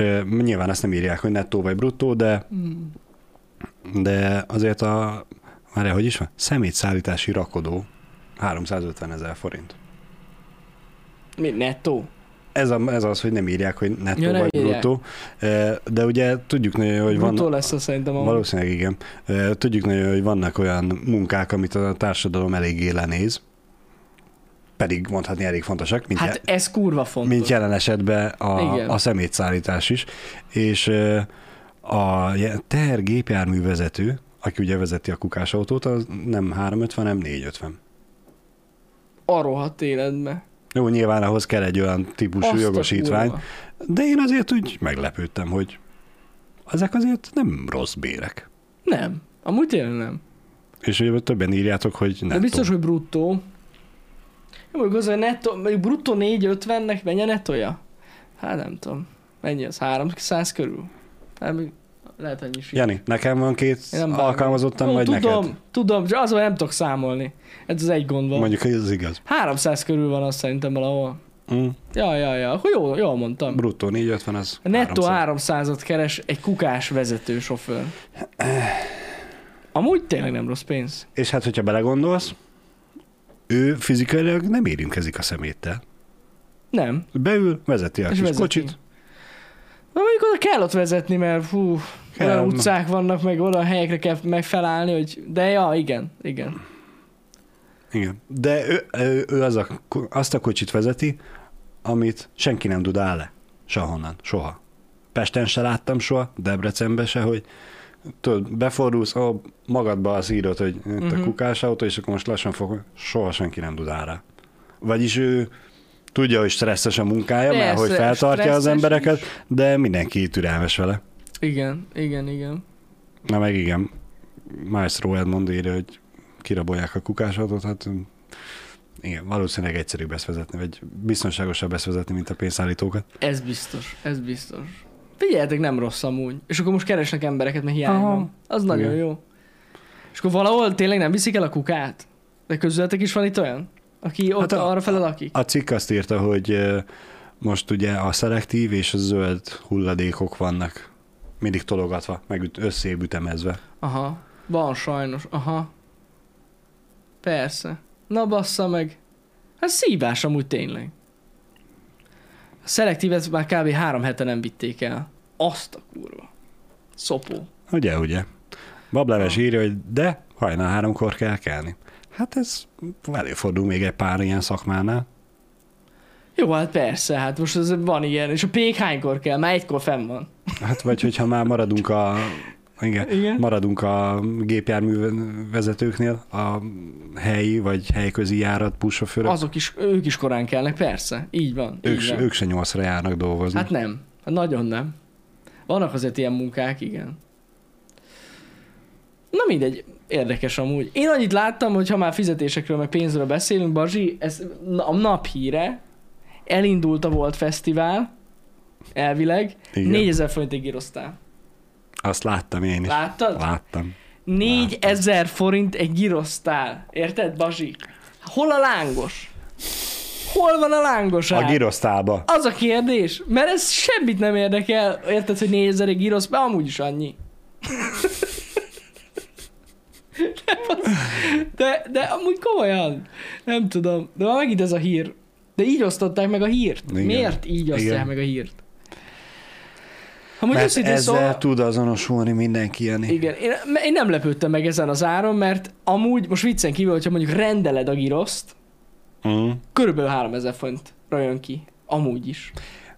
Ö, Nyilván ezt nem írják, hogy nettó vagy bruttó, de,
Mm.
de azért a, már hogy is van, szemétszállítási rakodó 350 ezer forint.
Mi, nettó?
Ez, a, ez az, hogy nem írják, hogy nettó
Ja,
ja,
nem
vagy
írják.
bruttó. Ö, De ugye tudjuk nagyon, hogy van,
Brutó lesz az szerintem a...
Valószínűleg igen. Ö, Tudjuk nagyon, hogy vannak olyan munkák, amit a társadalom eléggé lenéz, pedig mondhatni elég fontosak, mint,
Hát
hát,
ez kurva fontos.
mint jelen esetben
Igen.
a, a szemétszállítás is. És ö, a je- tehergépjárművezető, aki ugye vezeti a kukásautót, az nem 350, nem 450.
A rohadt életbe.
Jó, nyilván ahhoz kell egy olyan típusú
Azt a
jogosítvány,
kurva.
de én azért úgy meglepődtem, hogy ezek azért nem rossz bérek.
Nem. Amúgy tényleg nem.
És ugye többen írjátok, hogy
De
nem.
biztos, hogy bruttó. Jó, mondjuk az, hogy netto, mondjuk bruttó 450-nek mennyi a nettoja? Hát nem tudom. Mennyi az? 300 körül? Hát még Lehet annyi sincs.
Jani, nekem van két
Én nem vágom.
alkalmazottam,
Ó,
vagy
tudom,
neked?
tudom, csak az, hogy nem tudok számolni. Ez az egy gond van.
Mondjuk, hogy ez igaz.
300 körül van az szerintem valahol.
Mm.
Ja, ja, ja, akkor jó, jól mondtam.
Bruttó 450, az
A Nettó
300.
300-at keres egy kukás vezető sofőr. Amúgy tényleg nem rossz pénz.
És hát, hogyha belegondolsz, ő fizikailag nem érintkezik a szeméttel.
Nem.
Beül, vezeti a
És
kis
vezeti.
kocsit.
Na mondjuk oda kell ott vezetni, mert hú,
Kell.
olyan utcák vannak, meg olyan helyekre kell meg felállni, hogy... De ja, igen, igen.
Igen. De ő, ő, ő az a, azt a kocsit vezeti, amit senki nem dudál le. Sehonnan, soha. Pesten se láttam soha, Debrecenbe se, hogy tudod, befordulsz, a magadba az írod, hogy itt a
Mhm.
kukás autó, és akkor most lassan fog, soha senki nem dudál rá. Vagyis ő tudja, hogy stresszes a munkája, Persze, mert
Persze,
hogy feltartja az
stresszes
embereket,
is.
de mindenki türelmes vele.
Igen, igen, igen.
Na meg igen, Maestro Edmond írja, hogy kirabolják a kukásatot, hát igen, valószínűleg egyszerűbb ezt vezetni, vagy biztonságosabb ezt vezetni, mint a pénzállítókat.
Ez biztos, ez biztos. Figyeljetek, nem rossz amúgy. És akkor most keresnek embereket, mert hiány
Aha.
van. Az nagyon
Igen.
jó. És akkor valahol tényleg nem viszik el a kukát? De közületek is van itt olyan? Aki ott hát
a-
a... arra fele lakik?
A cikk azt írta, hogy ö, most ugye a szelektív és a zöld hulladékok vannak mindig tologatva, meg üt- összébb ütemezve.
Aha. Van sajnos. Aha. Persze. Na bassza meg. Hát szívás amúgy tényleg. A szelektívet már kb. három hete nem vitték el. Azt a kurva. Szopó.
Ugye, ugye? Bableves írja, hogy de hajnal háromkor kell kelni. Hát ez előfordul még egy pár ilyen szakmánál.
Jó, hát persze, hát most ez van ilyen. És a pék hánykor kell? Már egykor fenn van.
Hát vagy hogyha már maradunk a... Igen.
Igen.
Maradunk a gépjárművezetőknél, a helyi vagy helyközi járat buszsofőrök.
Azok is, ők is korán kellnek, persze. Így van.
Ők,
így
se-
van.
ők se nyolcra járnak dolgozni.
Hát
Hát,
nem. Hát nagyon nem. Vannak azért ilyen munkák, igen. Na mindegy, érdekes amúgy. Én annyit láttam, hogy ha már fizetésekről meg pénzről beszélünk, Bazsi, ez a nap híre, elindult a Volt Fesztivál, elvileg,
Igen.
4000 forintig gíroztál.
Azt láttam én is.
Láttad?
Láttam.
4000 forint egy girosztál. Érted, Bazsi? Hol a lángos? Hol van a lángos
A
ár?
girosztába.
Az a kérdés, mert ez semmit nem érdekel. Érted, hogy 4000 egy girosz, mert amúgy is annyi. De, de amúgy komolyan. Nem tudom. De már megint ez a hír. De így osztották meg a hírt.
Igen.
Igen. Miért így osztják
Igen.
Igen. meg a hírt? Amúgy
Mert
őszintén
ezzel
szólva-
tud azonosulni mindenki, Jani.
igen, én, én nem lepődtem meg ezen az áron, mert amúgy, most viccen kívül, hogyha mondjuk rendeled a giroszt,
Mm.
körülbelül 3000 forintra jön ki. Amúgy is.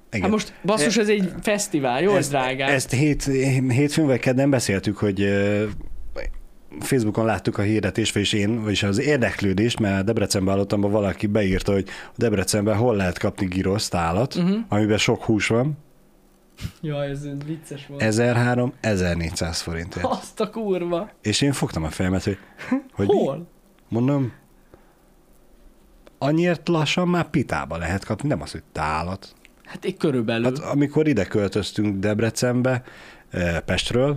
Igen.
Hát most basszus, ez egy fesztivál, jó, ez
ezt,
drágán.
Ezt hét, hétfőn vagy kedden beszéltük, hogy ö, Facebookon láttuk a hirdetést, és én, vagyis az érdeklődést, mert Debrecenben hallottam, valaki beírta, hogy Debrecenben hol lehet kapni giroszt állat,
Uh-huh.
amiben sok hús van,
Ja, ez vicces volt.
1300-1400 forintért.
Azt a kurva.
És én fogtam a fejemet, hogy, hogy mi?
Hol?
mondom, annyiért lassan már pitába lehet kapni, nem az, hogy tálat.
Hát egy körülbelül.
Hát
Hát,
amikor ide költöztünk Debrecenbe, eh, Pestről,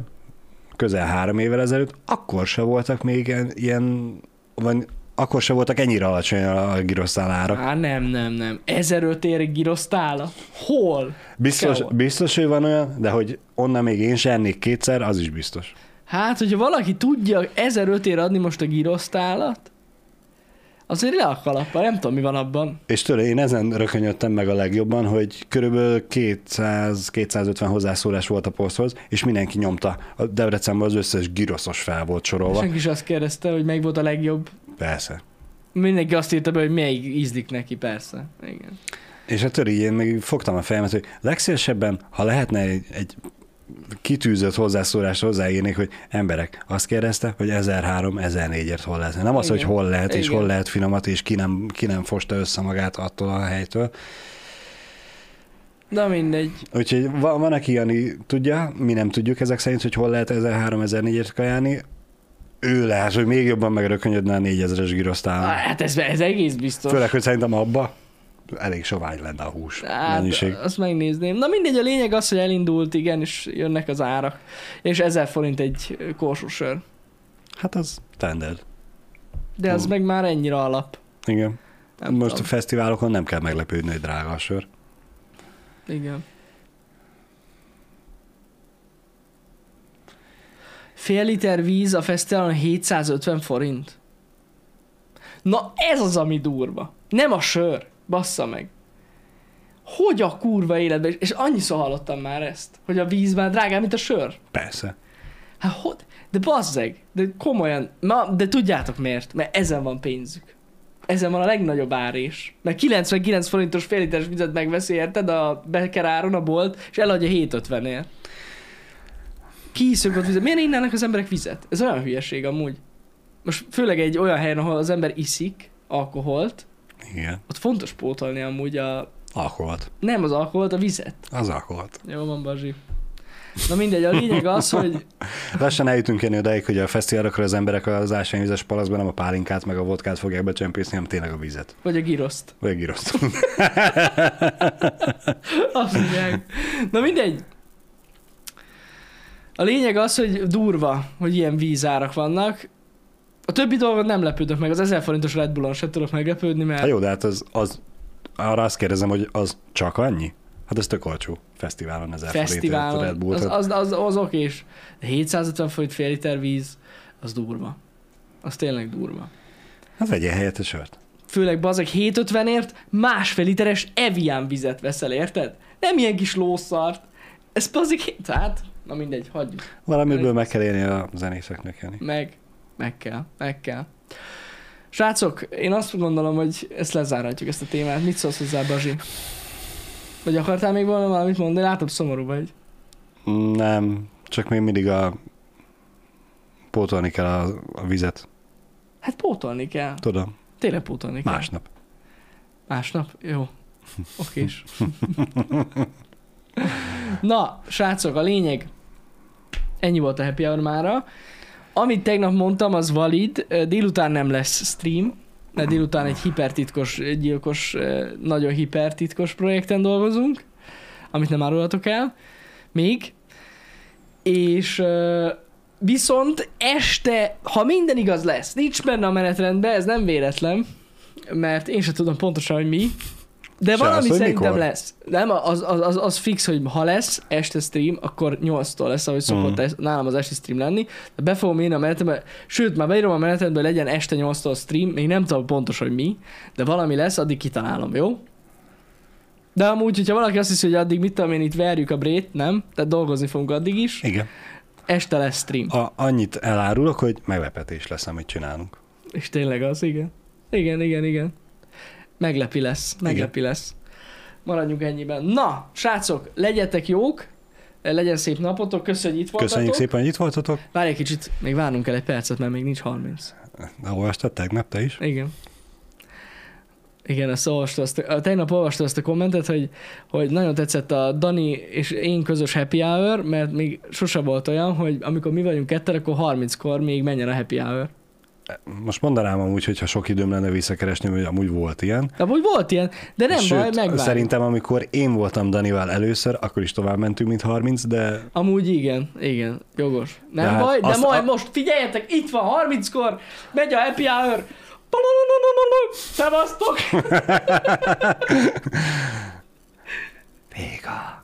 közel három évvel ezelőtt, akkor se voltak még ilyen- ilyen, vagy akkor se voltak ennyire alacsony a girosztál árak.
Á, nem, nem, nem. 1500 ér girosztála. Hol?
Biztos,
kell.
biztos, hogy van olyan, de hogy onnan még én se ennék kétszer, az is biztos.
Hát, hogyha valaki tudja 1500 ér adni most a girosztálat, azért le a kalappa, nem tudom, mi van abban.
És tőle én ezen rökönyödtem meg a legjobban, hogy körülbelül 200-250 hozzászólás volt a poszthoz, és mindenki nyomta. A Debrecenben az összes giroszos fel volt sorolva.
Senki is azt kérdezte, hogy melyik volt a legjobb.
Persze.
Mindenki azt írta be, hogy melyik ízlik neki, persze. Igen.
És hát töri, én még fogtam a fejemet, hogy legszívesebben, ha lehetne egy, egy kitűzött hozzászólást hozzáírnék, hogy emberek, azt kérdezte, hogy 1003-1004-ért hol lehet. Nem az,
Igen.
hogy hol lehet, és
Igen.
hol lehet finomat, és ki nem, ki nem fosta össze magát attól a helytől.
Na mindegy.
Úgyhogy van, van aki, Jani tudja, mi nem tudjuk ezek szerint, hogy hol lehet 1003-1004-ért kajálni. Ő lehet, hogy még jobban megrökönyödne a 4000-es girosztálon.
Hát ez, ez egész biztos.
Főleg, hogy szerintem abba elég sovány lenne a hús hát,
Hát,
mennyiség.
azt megnézném. Na mindegy, a lényeg az, hogy elindult, igen, és jönnek az árak. És 1000 forint egy korsó sör.
Hát az standard.
De az
Hú.
meg már ennyire alap.
Igen.
Nem
Hát Most a
tudom.
fesztiválokon nem kell meglepődni, hogy drága a sör.
Igen. Fél liter víz a fesztiválon 750 forint. Na ez az, ami durva. Nem a sör. Bassza meg. Hogy a kurva életben? És annyiszor hallottam már ezt, hogy a víz már drágább, mint a sör.
Persze.
Hát hogy? De bazzeg, de komolyan, ma, de tudjátok miért? Mert ezen van pénzük. Ezen van a legnagyobb árés. Mert 99 forintos fél literes vizet megveszi, érted, a Becker áron a bolt, és eladja 750-ért. Kiszökött vizet. Miért innának az emberek vizet? Ez olyan hülyeség amúgy. Most főleg egy olyan helyen, ahol az ember iszik alkoholt,
Igen.
ott fontos pótolni amúgy a...
Alkoholt.
Nem az alkoholt, a vizet.
Az alkoholt.
Jó van, Bazsi. Na mindegy, a lényeg az, hogy
Lassan eljutunk én odáig, hogy a fesztiválokra az emberek az ásványvizes palacban nem a pálinkát meg a vodkát fogják becsempészni, hanem tényleg a vizet.
vagy a giroszt.
Vagy a giroszt.
Azt mondják. Na mindegy. A lényeg az, hogy durva, hogy ilyen vízárak vannak. A többi dolgot nem lepődök meg, az 1000 forintos Red Bullon sem tudok meglepődni, mert
Hát jó, de hát az, az, arra azt kérdezem, hogy az csak annyi? Hát ez tök olcsó. Fesztiválon ezer
fesztiválon,
forintért a Red hát- Bull.
az,
Az,
az, az, az okés. De 750 forint fél liter víz, az durva. Az tényleg durva.
Hát vegyél helyette sört.
Főleg bazeg 750-ért másfél literes Evian vizet veszel, érted? Nem ilyen kis lószart. Ez bazeg, tehát, na mindegy, hagyjuk.
Valamiből meg kell élni a zenészeknek, Jani.
Meg, meg kell, meg kell. Srácok, én azt gondolom, hogy ezt lezárhatjuk ezt a témát. Mit szólsz hozzá, Bazsi? Vagy akartál még volna valamit mondani? Látom, szomorú vagy.
Nem, csak még mindig a pótolni kell a, a vizet.
Hát pótolni kell.
Tudom,
Tényleg pótolni kell.
másnap.
Másnap? Jó. Okés. Na, srácok, a lényeg. Ennyi volt a happy hour mára. Amit tegnap mondtam, az valid. Ö, Délután nem lesz stream, mert délután egy hipertitkos, gyilkos, ö, nagyon hipertitkos projekten dolgozunk, amit nem árulhatok el még. És ö, viszont este, ha minden igaz lesz, nincs benne a menetrendben, ez nem véletlen, mert én sem tudom pontosan, hogy mi, de
Se
valami
az, hogy
szerintem
mikor?
lesz. Nem, az, az, az, az fix, hogy ha lesz este stream, akkor 8-tól lesz, ahogy szokott
Mhm.
mm. nálam az este stream lenni, de be fogom írni a menetrendbe, sőt, már beírom a menetrendbe, hogy legyen este 8-tól stream, még nem tudom pontosan, hogy mi, de valami lesz, addig kitalálom, jó? De amúgy, hogyha valaki azt hiszi, hogy addig mit tudom én, itt verjük a brét, nem? Tehát dolgozni fogunk addig is.
Igen.
Este lesz stream.
A, annyit elárulok, hogy meglepetés lesz, amit csinálunk.
És tényleg az, igen. Igen, igen, igen. Meglepi lesz, meglepi lesz. Maradjunk ennyiben. Na, srácok, legyetek jók, legyen szép napotok, köszönjük, hogy itt voltatok.
Köszönjük szépen, hogy itt voltatok.
Várj egy kicsit, még várnunk kell egy percet, mert még nincs 30.
Olvastad tegnap te is?
Igen. Igen, azt olvasta, azt, a, tegnap olvasta azt a kommentet, hogy, hogy nagyon tetszett a Dani és én közös happy hour, mert még sose volt olyan, hogy amikor mi vagyunk ketten, akkor 30-kor még menjen a happy hour.
Most mondanám amúgy, hogyha sok időm lenne visszakeresni, hogy amúgy volt ilyen.
De amúgy volt ilyen, de nem
Sőt,
baj, megvárjuk.
Szerintem, amikor én voltam Danival először, akkor is tovább mentünk, mint 30, de
Amúgy igen, igen, jogos. Nem
De hát
baj, de
azt
majd
a-
most figyeljetek, itt van 30-kor, megy a happy hour. Szevasztok!
vége.